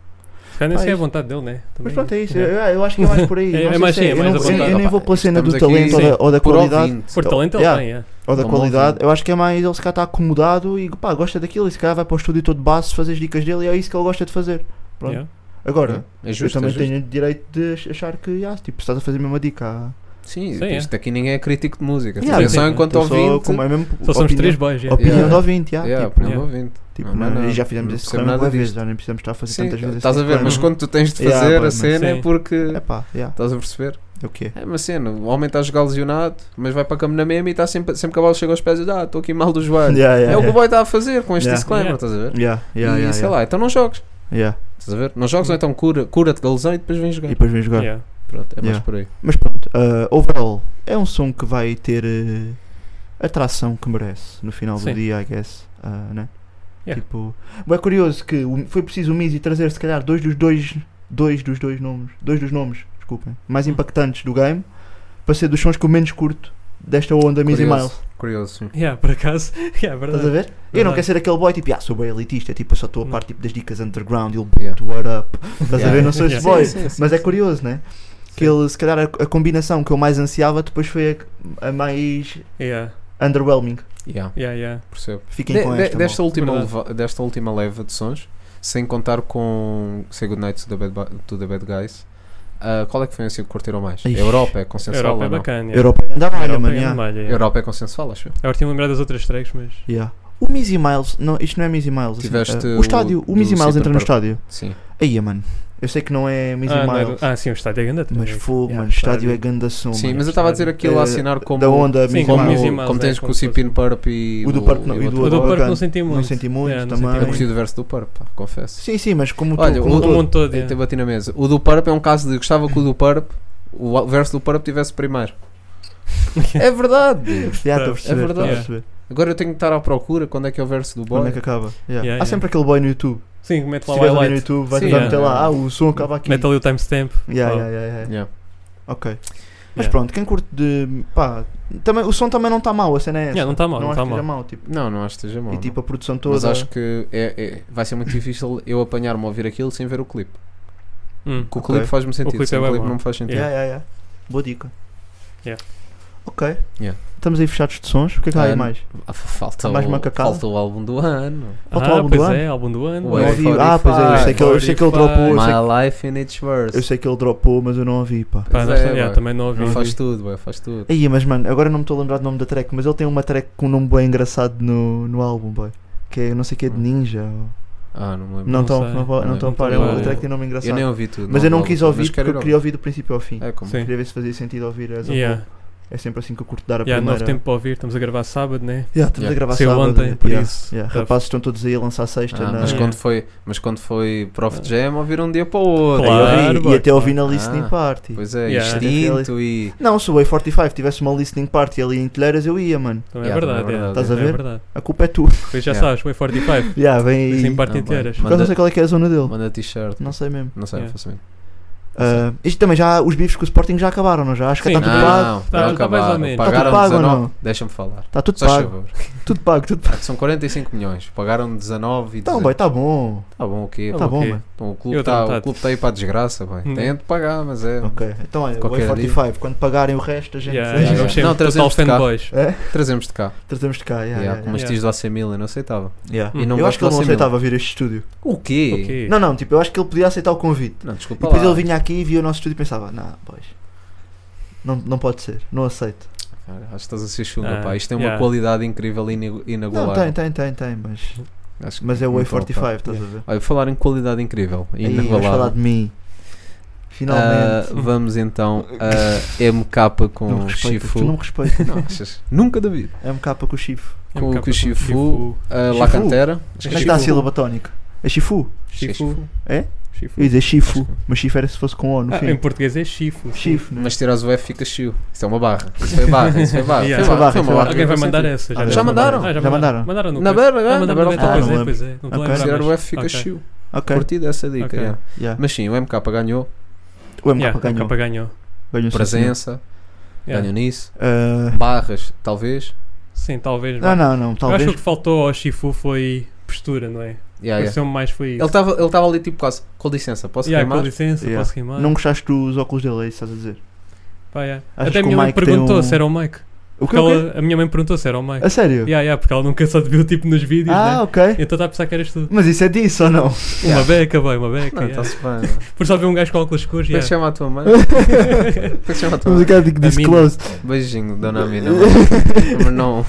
Se calhar nem Pá, sequer é a isto- vontade dele, né? Também Mas pronto, é isso. Yeah. Eu, eu acho que é mais por aí. É- Não é sei mais se sim, é mais eu, a não, eu, vontade. eu nem vou pela cena do Estamos aqui talento ou da, ou da por qualidade. ouvinte. Por talento ele Yeah. tem, é. Ou da Não qualidade, ouvem. eu acho que é mais ele se calhar está acomodado e pá, gosta daquilo e se calhar vai para o estúdio todo baço fazer as dicas dele e é isso que ele gosta de fazer. Pronto. Yeah. Agora, É justo, eu também é justo. tenho o direito de ach- achar que yeah, tipo, se estás a fazer a mesma dica. ah, Sim, Sim, isto aqui ninguém é crítico de música. Yeah, é só sim, enquanto eu sou ouvinte. como é mesmo Só somos opinião- três boys, é. Opinião Yeah. do ouvinte, yeah, Yeah, tipo, opinião do yeah. ouvinte. tipo, Não, mano, não, e já fizemos não esse percebo reclame nada uma vez, disto. já nem precisamos estar a fazer Sim, tantas vezes. estás a esse tipo ver, mas reclame. quando tu tens de Yeah, fazer pá, a mas cena sim. é porque. É pá, yeah, Estás a perceber? é o quê? É uma cena. O homem está a jogar lesionado, mas vai para a cama na mesma e está sempre, sempre que a bola chega aos pés e diz: Ah, estou aqui mal do joelho. Yeah, yeah, é o que o yeah. boy está a fazer com este Yeah. disclaimer, Yeah. estás a ver? Yeah, yeah, e yeah, sei yeah. lá, então não jogues. Yeah. Estás a ver? Não jogues ou então cura- cura-te da lesão e depois vem E jogar. depois vem jogar. Yeah. Pronto, é mais Yeah. por aí. Mas pronto, eh, overall, é um som que vai ter eh, a tração que merece no final Sim. do dia, I guess. ah, né? Yeah. Tipo, bom, é curioso que o- foi preciso o Mizzy trazer, se calhar, dois dos dois, dois dos dois nomes, dois dos nomes, desculpem, mais Hum. impactantes do game, para ser dos sons que o menos curto desta onda Mizzy Curioso. Miles. Curioso, sim. Yeah, por acaso. Yeah, Estás é a verdade. ver? Eu não Verdade. quero ser aquele boy tipo, ah, sou bem elitista, tipo, eu só estou a Não. parte tipo, das dicas underground, ele Yeah. yeah. what up. Estás a Yeah. ver? Não sou esse Yeah. boy. Sim, sim, sim, Mas é sim. curioso, né? Que ele, se calhar, a, a combinação que eu mais ansiava depois foi a que- a, mais Yeah, underwhelming. Yeah, yeah, yeah. percebo. Fiquem De- com de- esta. malta. desta, última Verdade. leva, desta última leva de sons, sem contar com Say Goodnight to the Bad, Bu- to the bad Guys, ah, qual é que foi assim que curtiram mais? Ixi. A Europa é consensual Europa é ou não? bacana. yeah. Europa é grande malha, Europa mano. é yeah. malha, yeah. Europa é consensual, acho eu. Agora tinha lembrado das outras tracks, mas. Yeah. O Mizzy Miles, não, isto não é Mizzy Miles. assim, Tiveste ah, o o estádio, o, do Mizzy Miles Cypher entra no Park. estádio. Sim. Aí, mano. Eu sei que não é Mizzy Ah, não é- Miles, ah, sim, o estádio é grande até. mas Yeah, fogo, mano. yeah, O estádio é grande som. Sim, mano. mas eu estava a dizer aquilo a assinar como. eh, Da onda Sim, Mizzy como, como Miles. Mizzy Miles, como é, tens com como o se fosse- Sipin Purp e O do Parque não- e outro. do O do Bacana. Park não senti muito. Não senti muito Yeah, não senti também. Eu gostei do verso do Purp, pá, confesso. Sim, sim, mas como Olha, tu, o- como O todo. mundo todo. Eu te yeah. bati na mesa. O do Purp é um caso de gostava que o do Purp, o verso do Purp tivesse primeiro. é verdade! Yeah, estou a É perceber, estou a verdade. perceber. Agora eu tenho que estar à procura quando é que é o verso do boy. Quando é que acaba? Yeah. Yeah, Há yeah. sempre aquele boy no YouTube. Sim, mete Se estiveres lá o a ver no highlight. YouTube, vai Sim, vai meter yeah. lá. Ah, o som acaba aqui. Mete ali o timestamp. Yeah, yeah, Pá. yeah, yeah. Yeah. Ok. Mas Yeah. pronto, quem curte de. pá, também, o som também não está mau, a cena é essa. Yeah, não está mal, não acho está que mal. seja mau, tipo. Não, não acho que esteja mal. e não. tipo a produção toda. Mas acho que é, é- vai ser muito difícil eu apanhar-me a ouvir aquilo sem ver o clipe. Hum. Que o Ok. clipe faz-me sentido, clipe sem é o bem clipe bom. não me faz sentido. Yeah, yeah, yeah. Boa dica. Yeah. Ok. Yeah. Estamos aí fechados de sons. O que é que há Ah, aí mais? Ah, Falta, Há Tá mais o, macacada? falta o álbum do ano. Falta o ah, álbum pois do ano. é, álbum do ano. O não Ué, ouvi. Ah, pois é, eu sei que ele, eu sei que ele 45, dropou. Eu sei, My Life in Its Verse. eu sei que ele dropou, mas eu não ouvi, pá. Pá, Pois nós- é, yeah, bué. também Ah, não ouvi. Não faz tudo, bué, faz tudo. Aí, mas mano, agora não me estou a lembrar do nome da track, mas ele tem uma track com um nome bem engraçado no, no álbum, boy. Que é, eu não sei que é de Ninja. ou- Ah, não me lembro. Não Não estão sei. não estão a Não par, é lembro. uma track que tem nome engraçado. eu nem ouvi tudo. Mas eu não logo, quis mas ouvir porque quero eu queria ouvir do princípio ao fim. É como. Sim. Queria ver se fazia sentido ouvir as Yeah, É sempre assim que eu curto dar a yeah, primeira. novo tempo para ouvir. Estamos a gravar sábado, né? Yeah, estamos Yeah. a gravar Saiu sábado. né? ontem, por Yeah, isso. é yeah. Tough. Rapazes estão todos aí a lançar sexta. Ah, na... mas, Yeah. quando foi, mas quando foi Prof. Jam, ouviram um dia para o Aí outro. eu vi, Claro, e boy, até ouvi na claro. listening Ah, party. Pois é, Yeah. instinto e. Não, se o A45 tivesse uma listening party ali em Telheiras, eu ia, mano. Também é Yeah, verdade. também é é, verdade. Estás a também ver? É verdade. A culpa é tua. Pois já Yeah. sabes, o A45. yeah, vem aí. Sem parte Não, boy. inteiras. Por acaso não sei qual é que é a zona dele. Manda t-shirt. Não sei mesmo. Não sei, Yeah. faço mesmo. Ah, isto também já, os bifes com o Sporting já acabaram, não já? Acho que Sim. está tudo pago. Não, não, Tá- não tá mais ou acabaram. menos. Tá Pagaram tudo pago ou 19. não? Deixa-me falar. Está tudo Só pago. favor. Tudo pago, tudo pago. Ah, São 45 milhões. Pagaram 19 e Então, 19. boy, está bom. Tá bom, o quê? Está Ok. bom, mano. Então, o Eu clube tenho está vontade. tá aí para a desgraça, bem. Hum. Tem de pagar, mas é. Ok. Então, olha, o Qualquer E45, quando pagarem o resto, a gente Yeah, Yeah, yeah, yeah. vamos ser Não, total trazemos de cá. fanboys. Trazemos de cá. trazemos de cá. Yeah, yeah, yeah, como as yeah. tias do AC Milan, não aceitava. yeah. E Yeah. não Eu acho gosto que ele do não AC Milan. aceitava vir a este estúdio. O quê? Ok. Não, não, tipo, eu acho que ele podia aceitar o convite. Não, desculpa E depois lá. ele vinha aqui e via o nosso estúdio e pensava, não, pois. Não, não pode ser, não aceito. Cara, acho que estás a ser chula, Ah, pá. Isto tem uma yeah. qualidade incrível e ina- Não, inagualável. tem, tem, tem, tem, mas, Acho que mas é o muito bom, pá. A45, estás a ver? Olha, falar em qualidade incrível e Aí vais falar inagualável. de mim. Ah, um Finalmente. vamos então a MK não me com respeitas, Shifu. tu não me respeitas. Não, achas? Nunca da vida. MK com o Chifo. MK Com o É com Shifu, a La Shifu. Cantera. Onde é que está a sílaba tónica? É Chifu? Shifu. É? Shifu. Eu ia dizer Chifu, Acho que- mas Chifo era se fosse com O no Ah, fim. em português é Shifu. Chifo, né? Mas tiras o F fica Shiu. Isso é uma barra. Isso foi barra, isso foi barra. Yeah. Foi barra, Foi barra, uma foi barra. Alguém vai mandar essa. Ah, deve. já mandaram? Ah, Já mandaram? Mandaram no Na coisa. barra, Ah, agora, mandaram agora no coisa, Ah, pois não é, lembro. pois é. Não estou a Ok. lembrar, Tirar o mas- F fica Ok. Shiu. Ok. Curtida essa dica. Ok. yeah. yeah. Mas sim, o MK ganhou. O MK Yeah, ganhou. Capa ganhou. ganhou sim, senhor. Presença, Yeah. ganhou nisso. Ah, Barras, talvez. Sim, talvez. Não, vá. Ah, não, não, Eu acho que o talvez. que faltou ao Shifu foi postura, não é? Yeah, yeah. Pareceu-me mais foi Ele isso. estava ele tava ali tipo quase, com licença, posso Yeah, com queimar? licença, Yeah. posso queimar. Não gostaste dos óculos dele, é isso que estás a dizer? Pá, yeah. Achas Até a que o minha mãe Mike tem perguntou um- se era o Mike. O Porque que o quê? ela- a minha mãe perguntou se era o Mike. A sério? Yeah, yeah, porque ela nunca só te viu tipo nos vídeos, Ah, né? Ah, ok. Então está a pensar que eras tu. Mas isso é disso ou não? Yeah. Uma beca, vai, uma beca. Não, yeah. está-se bem. não. Como Por só ver um gajo com óculos escuros. é que Yeah. chama a tua mãe? Como é que chama a tua Vamos ficar mãe? de disclose. Beijinho, dona Amina. mas- Mas não.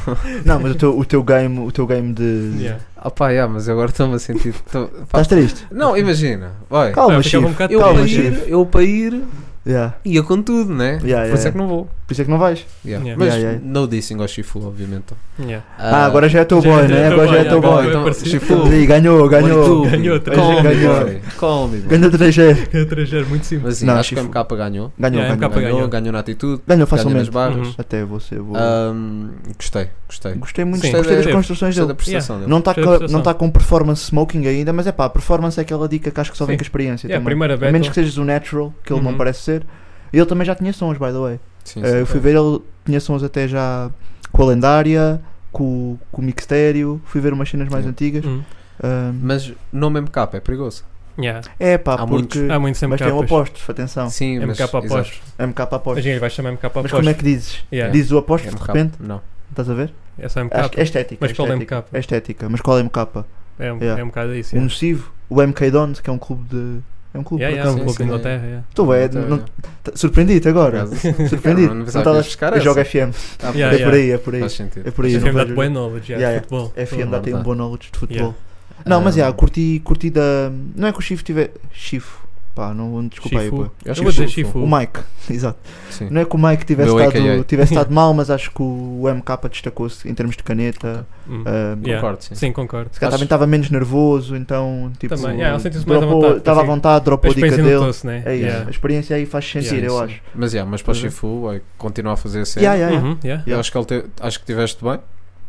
Não, mas o teu, o teu game, o teu game de. Yeah. Ah pá, yeah, mas agora estou-me a sentir. tô- pá. Estás triste? Não, imagina. Vai. Calma, Ah, ficava um Chief. bocado Eu Calma, para triste. ir, eu para ir, Yeah. ia com tudo, né? Yeah, Por isso yeah. é que não vou. Por isso é que não vais. Yeah. Yeah. Mas Yeah, yeah. no dissing ao Shifu, obviamente. Yeah. Ah, agora já é teu já boy, é né? teu Agora já boy, é teu agora boy. é Então, parecido. Shifu, Ih, ganhou, ganhou. Olha tu, Ganhou, boy. Call me, ganhou. boy. Call me, boy. Ganhou 3G. É trajeiro muito simples. Mas sim, Não, acho que o Shifu. MK ganhou. Ganhou, ganhou. Yeah, MK. Ganhou, ganhou. ganhou na atitude, Ganhou ganhou nas facilmente. barras. Uhum. Até você, vou. Ahm, gostei, gostei. Tipo, Gostei muito, Sim. gostei das Ah, Gostei. construções Gostei da dele. prestação dele. Não está Gostei da com, prestação. não tá com performance smoking ainda, mas é pá, performance é aquela dica que acho que só vem Sim. com a experiência. Yeah, a também. primeira a menos battle. que sejas o natural, que ele não Uhum. parece ser. E ele também já tinha sons, by the way. Sim, Eh, eu fui ver, ele tinha sons até já com a lendária, com, com o mixtério, fui ver umas cenas mais Sim. antigas. Hum. Ahm, Mas nome MK é perigoso. Yeah. é pá, Há porque. Há muito sempre Mas tem um capas. apostos, atenção. Sim, mas. MK exato. após. MK apostos. Imagina, ele vai chamar MK após. Mas como é que dizes? Yeah. Dizes o aposto de MK, repente? Não. Estás a ver? É só MK. Acho que é estética. Mas qual é estética, MK? É estética, mas qual é MK? É, um- Yeah. é um bocado isso. O Yeah. nocivo, o MK Dons, que é um clube de. É um clube por Yeah, yeah, acaso. um Sim, pouco sim, de Inglaterra. yeah. Tu é, Inglaterra. não- tá- surpreendi-te agora. Surpreendido. Não, não Não pensava estavas que ias buscar eu jogo essa. FM. Ah, Yeah, é por aí, é por aí. Faz sentido. É por aí. Esse eu não filme dá-te vejo- boa knowledge, yeah, Yeah, yeah. de futebol. FM dá tem um verdade. bom knowledge de futebol. Yeah. Não, mas Ah. já, curti, curti da. Não é que o Chifo tiver. Chifo. Pá, não desculpa aí, Shifu. pô. Eu acho Eu vou que dizer Shifu. Shifu. O Mike, exato. Sim. Não é que o Mike tivesse Meu AKA. estado, tivesse estado mal, mas acho que o MK destacou-se em termos de caneta. Hum. ah, Yeah. Concordo, sim. Sim, concordo. Se calhar também Acho- estava menos nervoso, então tipo. Também, yeah, ele sentiu-se mais à dropou, vontade, estava à assim, vontade, A dropou a dica experiência dele. notou-se, né? É isso. Yeah. A experiência aí faz sentir, Yeah, eu Sim, acho. sim. Mas, yeah, mas para o Estás a ver? Shifu, vai continuar a fazer a é. cena. Yeah, yeah, yeah. Uhum, yeah. Eu Yeah. acho que, ele te- acho que tiveste bem.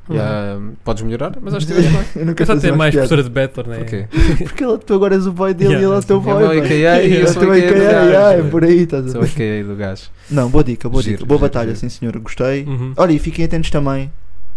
Uhum. Yeah, podes melhorar, mas acho que tiveste bem. Eu nunca Eu só fazia ter mais piada. professora de Battler, né? Porquê? Porque ele- tu agora és o boy dele Yeah. e ele é o teu Uhum. É boy. meu mano. AKA, eu Ele é o sou teu AKA, AKA, gajo. yeah, é por aí, estás a Sou ver? AKA do gajo. Não, boa dica, boa Giro, dica. Boa giro, batalha, giro. sim senhor, gostei. Uhum. Olha, e fiquem atentos também.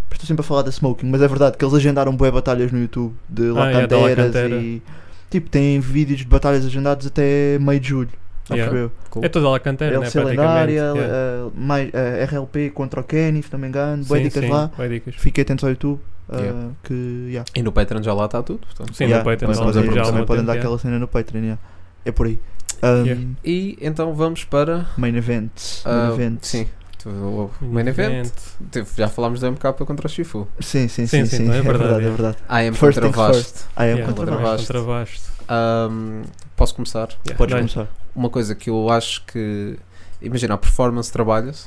porque Estou sempre a falar da Smoking, mas é verdade que eles agendaram boas batalhas no YouTube de Ah, é, da Lacanteiras Lacantera. e. Tipo, têm vídeos de batalhas agendadas até meio de julho. Yeah. Acho eu. Cool. É toda a Alcantara, né? LC Praticamente. Lendária, yeah. eh, mais, eh, RLP contra o Kenny, se não me engano. Boas Sim, dicas sim, lá. bué dicas. Fiquem atentos ao YouTube. eh, Yeah. Que, yeah. E no Patreon já lá está tudo. portanto. Sim, Yeah, no Patreon. mas lá vamos temos a- já também alguma podem dar tempo, aquela cena no Patreon. yeah. É por aí. Um, Yeah. E então vamos para. Main event. ah, main event. Sim. Tu- O yeah. main event. Teve- Já falámos da MK contra o Shifu. Sim, sim, sim. Sim, sim, sim, não, É verdade, é é. verdade. I am First contra things Vast. first. Ah, é Yeah, um contra contra Vasco. Vasco. Contra Vasco. Ahm, posso começar? Yeah. Podes Não, é? começar. Uma coisa que eu acho que. Imagina, a performance trabalha-se,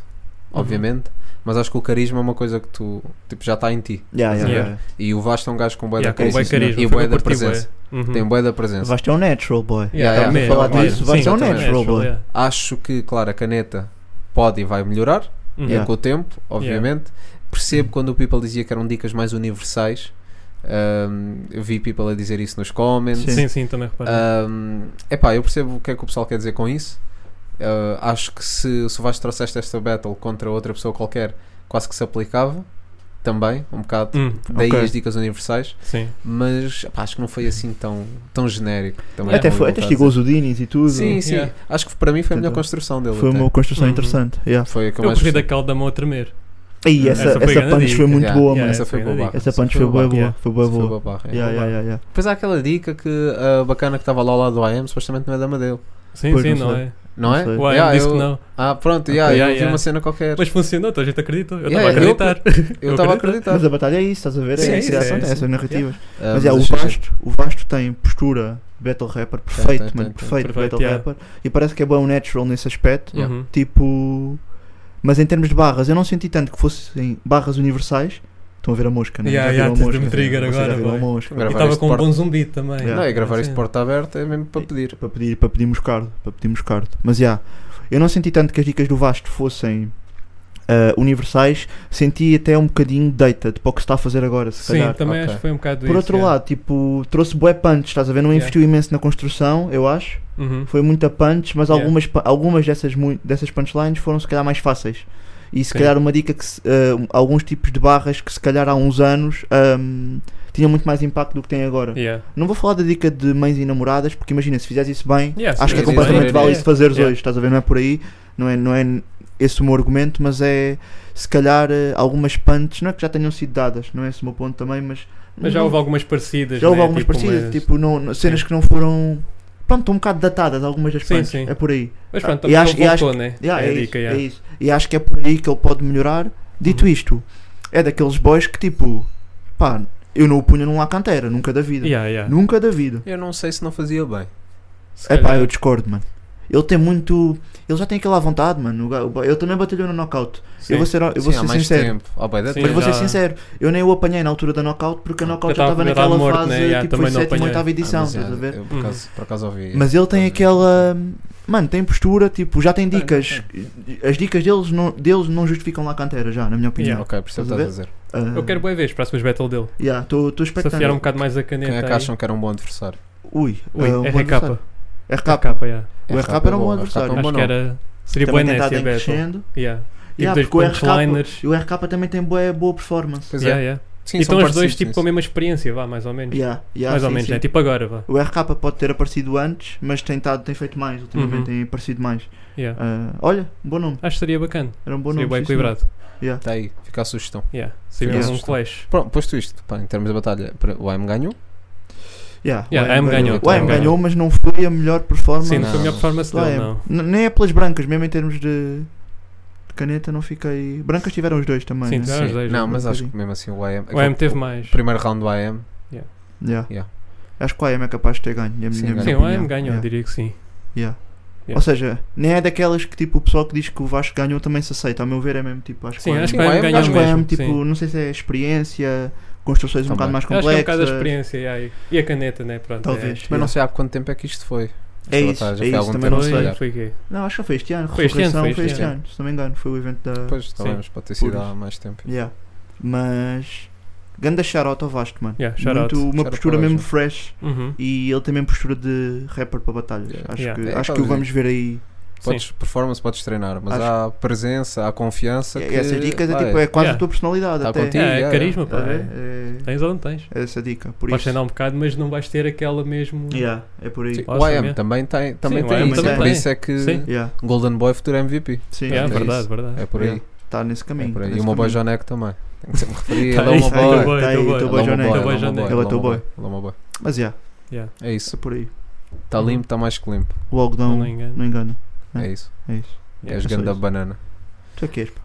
Uhum. obviamente, mas acho que o carisma é uma coisa que tu. Tipo, já está em ti. Yeah, yeah, Yeah. yeah. E o Vast é um gajo com boé Yeah, da com bué carisma, carisma. e foi boé que eu da curti bué. presença. Uhum. Tem boé da presença. Vasco é um natural boy. Yeah, também, estamos a falar claro, disso, sim, Vasco é um exatamente. natural boy. yeah. Acho que, claro, a caneta pode e vai melhorar Uhum. Yeah. com o tempo, obviamente. Percebo quando o People dizia que eram dicas mais universais. Um, eu vi people a dizer isso nos comments. Sim. Sim, sim, também reparei. Um, epá, eu percebo o que é que o pessoal quer dizer com isso. Uh, acho que se, se o Vasco trouxeste esta battle contra outra pessoa qualquer, quase que se aplicava também, um bocado. Hum, Daí Ok. as dicas universais, sim. mas epá, acho que não foi assim tão, tão genérico. Também Até, é foi, muito até voltado a chegou dizer. os Udinis e tudo. Sim, sim. Yeah. Acho que para mim foi a melhor Portanto, construção dele. Foi até. uma construção Uhum. interessante. Yeah. Foi a que eu Eu mais corri da calda a mão a tremer. E essa, Essa foi essa grande punch foi dica. muito Yeah, boa, yeah, mano. Essa foi foi grande boa. dica. Essa punch essa foi foi boa, boa, boa. yeah. Foi boa, Foi boa. boa barra, é. Yeah, yeah, yeah, yeah. Depois há aquela dica que a bacana que estava lá ao lado do AM supostamente não é da Amadeu. Sim, Pois, sim, não não, sei. é? Não é? sei. Uai, Yeah, disse eu- que não. Ah, pronto, yeah, Ok, eu yeah, vi uma yeah. cena qualquer. Mas funcionou, toda a gente acredita. Eu estava Yeah, eu- a acreditar. eu estava a acredito. acreditar. Mas a batalha é isso, estás a ver? Sim, é, sim, isso, é, sim, essa, sim. essa narrativa. Ah, Mas é, o achei giro. Vasto, o Vasto tem postura de battle rapper perfeito, tem, mano, tem. perfeito, Perfeito, battle yeah. rapper. E parece que é bom natural nesse aspecto. Yeah. Uhum. Tipo. Mas em termos de barras, eu não senti tanto que fossem barras universais. Estão a ver a mosca, né? Yeah, Já yeah, viram a tens mosca. de me trigger Vocês agora, já viram a boy. mosca. Agora E vai. estava esse com um porta- bom zumbido também. Yeah. Não, e gravar Sim. isso de porta aberta é mesmo para pedir. Para pedir, para pedirmos cardo, para pedirmos cardo. Mas já, eu não senti tanto que as dicas do Vasto fossem ah, universais, senti até um bocadinho dated para o que se está a fazer agora, se Sim, calhar. também ok. acho que foi um bocado Por isso, outro yeah. lado, tipo, trouxe bué punch, estás a ver? Não Yeah. investiu imenso na construção, eu acho. Uhum. Foi muita punch, mas Yeah. algumas, pa- algumas dessas, mui- dessas punchlines foram se calhar mais fáceis. E se Sim. calhar uma dica que se- ah, alguns tipos de barras que se calhar há uns anos ahm, tinham muito mais impacto do que têm agora. Yeah. Não vou falar da dica de mães e namoradas, porque imagina, se fizeres isso bem, Yeah, acho sim, que é sim, completamente sim. válido de fazeres Yeah. hoje, estás a ver? Não é por aí, não é, não é esse o meu argumento, mas é se calhar eh, algumas punts, não é que já tenham sido dadas, não é esse o meu ponto também, mas. Mas já não- houve algumas parecidas. já houve né? algumas Tipo, parecidas, mas- tipo, não, não- cenas que não foram. Pronto, estão um bocado datadas algumas das Sim, punts, sim. é por aí. Mas pronto, E também acho- acho, e ele voltou, né? Yeah, é é, a isso, dica, é yeah. isso. E acho que é por aí que ele pode melhorar. Dito Uhum. isto, é daqueles boys que tipo, pá, eu não o punha num La Cantera, nunca da vida. Yeah, yeah. Nunca da vida. Eu não sei se não fazia bem. Se É pá, calhar- eu discordo, mano. Ele tem muito. Ele já tem aquela vontade, mano. O ga- o ba- Ele também batalhou no knockout. Sim. Eu vou ser, eu vou Sim, há ser mais sincero. tempo. Oh, buy that Sim, Mas vou ser já- sincero, eu nem o apanhei na altura da knockout porque a knockout Já já estava tava- já tava naquela morto, fase né? Yeah, tipo também em não sétima, apanhei. oitava edição, Ah, mas, é estás a ver? eu por acaso, por acaso ouvi. Mas ele tem Estás a ver? aquela. Mano, tem postura, tipo, já tem Tem, dicas. As dicas deles não, deles não justificam lá a cantera, já, na minha opinião. Ok, percebo o Estás que a estás a dizer. Ah, Eu quero boa vez, próximas battle dele. yeah, Estou estou Se afiar um expectante. bocado mais a Quem é caneta. que aí. acham que era um bom adversário? Ui, Ui, ah, um bom RK. adversário. RK. RK, yeah. O RK era um bom adversário. Acho Acho que era. Seria é boa Também tem estado nessa em battle. crescendo. Yeah. Tipo Yeah, dois porque o RK punchliners. E o RK também tem boa, boa performance. Pois Yeah, é. yeah. Sim, E estão são os dois parecidos tipo nisso. com a mesma experiência, vá, mais ou menos. Yeah, yeah, Mais ou sim, menos, sim. né? Tipo agora, vá. O RK pode ter aparecido antes, mas tem, tado, tem feito mais ultimamente, Uhum. tem aparecido mais. Yeah. Ah, olha, um bom nome, Acho que seria bacana. era um bom Seria nome. bem sim, senhor. equilibrado. Está aí, fica a sugestão. Yeah. Seria Yeah. um clash. Pronto, posto isto, pá, em termos de batalha, para- o AM ganhou. Yeah, Yeah, o AM AM ganhou, O AM também. ganhou, mas não foi a melhor performance. Sim, não. não foi a melhor performance do dele, AM. não. N- Nem é pelas brancas, mesmo em termos de, de caneta, não fiquei. Brancas tiveram os dois também. Sim, né? tiveram. Ah, os dois, Não, um mas acho bocadinho. que mesmo assim o AM. O AM teve mais. O primeiro round do AM. Yeah. Yeah. Acho que o AM é capaz de ter ganho. é a minha- Sim, minha Sim, o opinião. AM ganhou, Yeah. diria que sim. Yeah. Yeah. Ou seja, nem é daquelas que tipo o pessoal que diz que o Vasco ganhou também se aceita. Ao meu ver, é mesmo tipo. Acho Sim, que o acho AM- que o AM Acho ganhou acho que o AM, mesmo. tipo, sim. não sei se é experiência, construções um Também. bocado mais Acho que é um complexas. bocado a experiência yeah, e- e a caneta, né? Pronto, Talvez. Mas não yeah. sei há quanto tempo é que isto foi. É Esta isso, batalha, já é foi há isso, algum É. também tempo, não se Foi- calhar. Foi o quê? Não, acho que foi este ano. Foi este Resurreição, ano, foi foi este este ano. ano. Se não me engano, foi o evento da. Pois, talvez, pode ter sido Puras. há mais tempo. Yeah. Mas. Ganda shout ao Vasco, mano. Yeah, shout out. Muito, uma Shout out postura ao mesmo Vasco. fresh. Uhum. E ele também postura de rapper para batalhas. Yeah. Acho, Yeah. Que, É, acho que o talvez. vamos ver aí. Sim. Podes performance, podes treinar, mas Acho- há presença, há confiança. que, Essas dicas é, vai, tipo, é quase Yeah. a tua personalidade. Tá até. contigo, É, yeah, carisma, pá. Tá a ver? é. É, Tens ou não tens? é essa dica. Por Podes isso. treinar um bocado, mas não vais ter aquela mesmo. Yeah, é por aí. Sim, Acho o que é. IM também tem, também Sim, o tem IM isso. também é Por tem. isso é que Sim. Yeah, Golden Boy é futuro MVP. sim, Yeah, É verdade, isso. verdade. É por aí. Está nesse É caminho. por tá aí. E nesse o meu boy caminho. Jonek também. Tem que ser referido. Tá Ele é uma aí, tá aí, boy. boy, Tá aí, teu boy. teu Ele é boy uma Jonek. boy, Teu boy ele é uma Jonek. boy, Ele é teu boy. Ele é uma boy. Mas yeah, Yeah, É isso. é por aí. Está limpo, está mais que limpo. O não, algodão me não, engano. engana. É. É isso. É isso. És É só grande da isso. banana. Tu é que és, pá.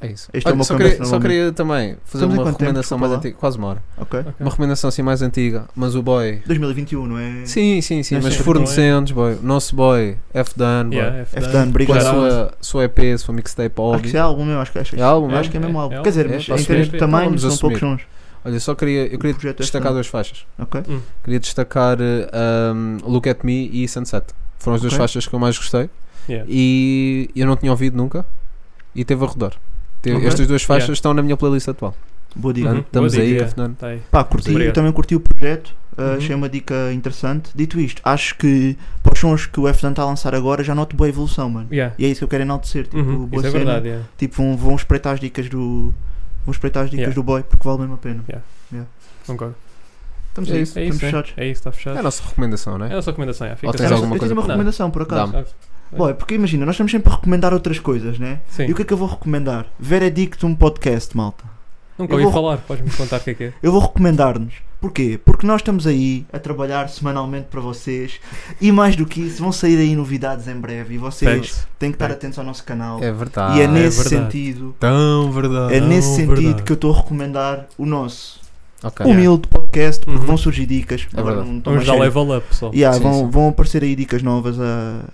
É isso. Este é o Olha, meu só, queria, começo só queria também Estamos fazer em uma quanto tempo? Desculpa recomendação mais lá. Tá. antiga. Quase uma hora. Ok. Ok. Uma recomendação assim mais antiga, mas o boy. 2021, não é? Sim, sim, sim, Não é mas sempre fornecemos, boy. Nosso boy, F. Dan, boy. Yeah, é F F Dan, done. Com a um obrigado. sua, sua EP, sua mixtape, Acho que é óbvio. álbum mesmo, acho que acho, É álbum, eu acho que é é? mesmo É álbum. álbum. Quer dizer, É, mas posso em termos de ver. tamanho Vamos são assumir. poucos sons. Olha, só queria, eu queria O projeto é destacar F. Dan. duas faixas. Ok? Hum. Queria destacar eh, um, Look At Me e Sunset. Foram as duas Ok. faixas que eu mais gostei Yeah. e eu não tinha ouvido nunca e teve a rodar. Teve- Ok. Estas duas faixas Yeah. estão na minha playlist atual. Boa dica. Portanto, Uhum. estamos Boa aí, dica, é. Fernando. Tá aí. Pá, curti, Obrigado. eu também curti o projeto, uh, Uhum. achei uma dica interessante. Dito isto, acho que para os sons que o f está a lançar agora já noto boa evolução, mano. Yeah. E é isso que eu quero enaltecer, tipo, Uhum, boa Isso é cena. verdade, yeah. Tipo, vão, vão espreitar as dicas do. Vão espreitar as dicas Yeah. do boy, porque vale mesmo a pena. concordo. Estamos É aí, isso, É estamos isso, né? fechados. é isso, está É fechado. a nossa recomendação, não É a é? nossa recomendação, yeah. Ou fica tens Eu sempre- tenho- alguma eu coisa tenho uma para- recomendação, por acaso. Dá-me. Boy, porque imagina, nós estamos sempre a recomendar outras coisas, né? Sim, E o que é que eu vou recomendar? Veredicto um podcast, malta. nunca eu ouvi vou- falar, podes-me contar o que é que é. Eu vou recomendar-nos. Porquê? Porque nós estamos aí a trabalhar semanalmente para vocês e mais do que isso, vão sair aí novidades em breve e vocês Facts. têm que estar Facts. atentos ao nosso canal. É verdade. e é nesse verdade. sentido, Tão verdade. é nesse não, sentido verdade. que eu estou a recomendar o nosso Ok. É humilde podcast, porque Uhum. vão surgir dicas. É Agora verdade. não estou mais Vamos dar sério. level up, pessoal. Yeah, Sim, vão, sim. vão aparecer aí dicas novas ah,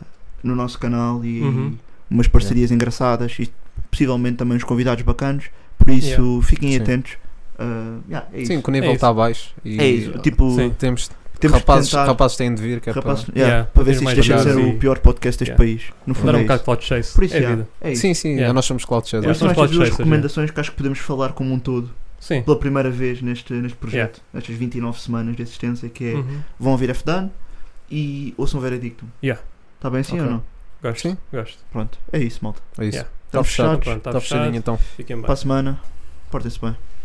no nosso canal e Uhum. umas parcerias engraçadas e possivelmente também uns convidados bacanos. Por isso, fiquem Sim. atentos. Ah, yeah, é isso. Sim, que o nível É está abaixo. E É isso. Tipo, Sim. Temos, temos rapazes, que tentar. rapazes têm de vir, que é rapazes- para... yeah, Yeah, para ver ter se isto mais deixa de ser olhares e- o pior podcast deste Yeah. país. No fundo, Dar é um bocado isso. de cloud chase. Por isso, é yeah, vida. é isso. Sim, sim, Yeah. nós somos é cloud chasers. Yeah. Estas são Nós estas vamos duas falar de recomendações que acho que podemos falar como um todo Sim. pela primeira vez neste, neste projeto, nestas 29 semanas de existência, que é Uhum. vão ouvir FDAN e ouçam Veredicto. Yeah. Está bem assim Ok. ou não? Gosto, Sim. gosto. Pronto, é isso, malta. É isso. Yeah. Está fechado. Pronto, está Tá Está fechadinho fechado. então. Fiquem bem. Para a semana, portem-se bem.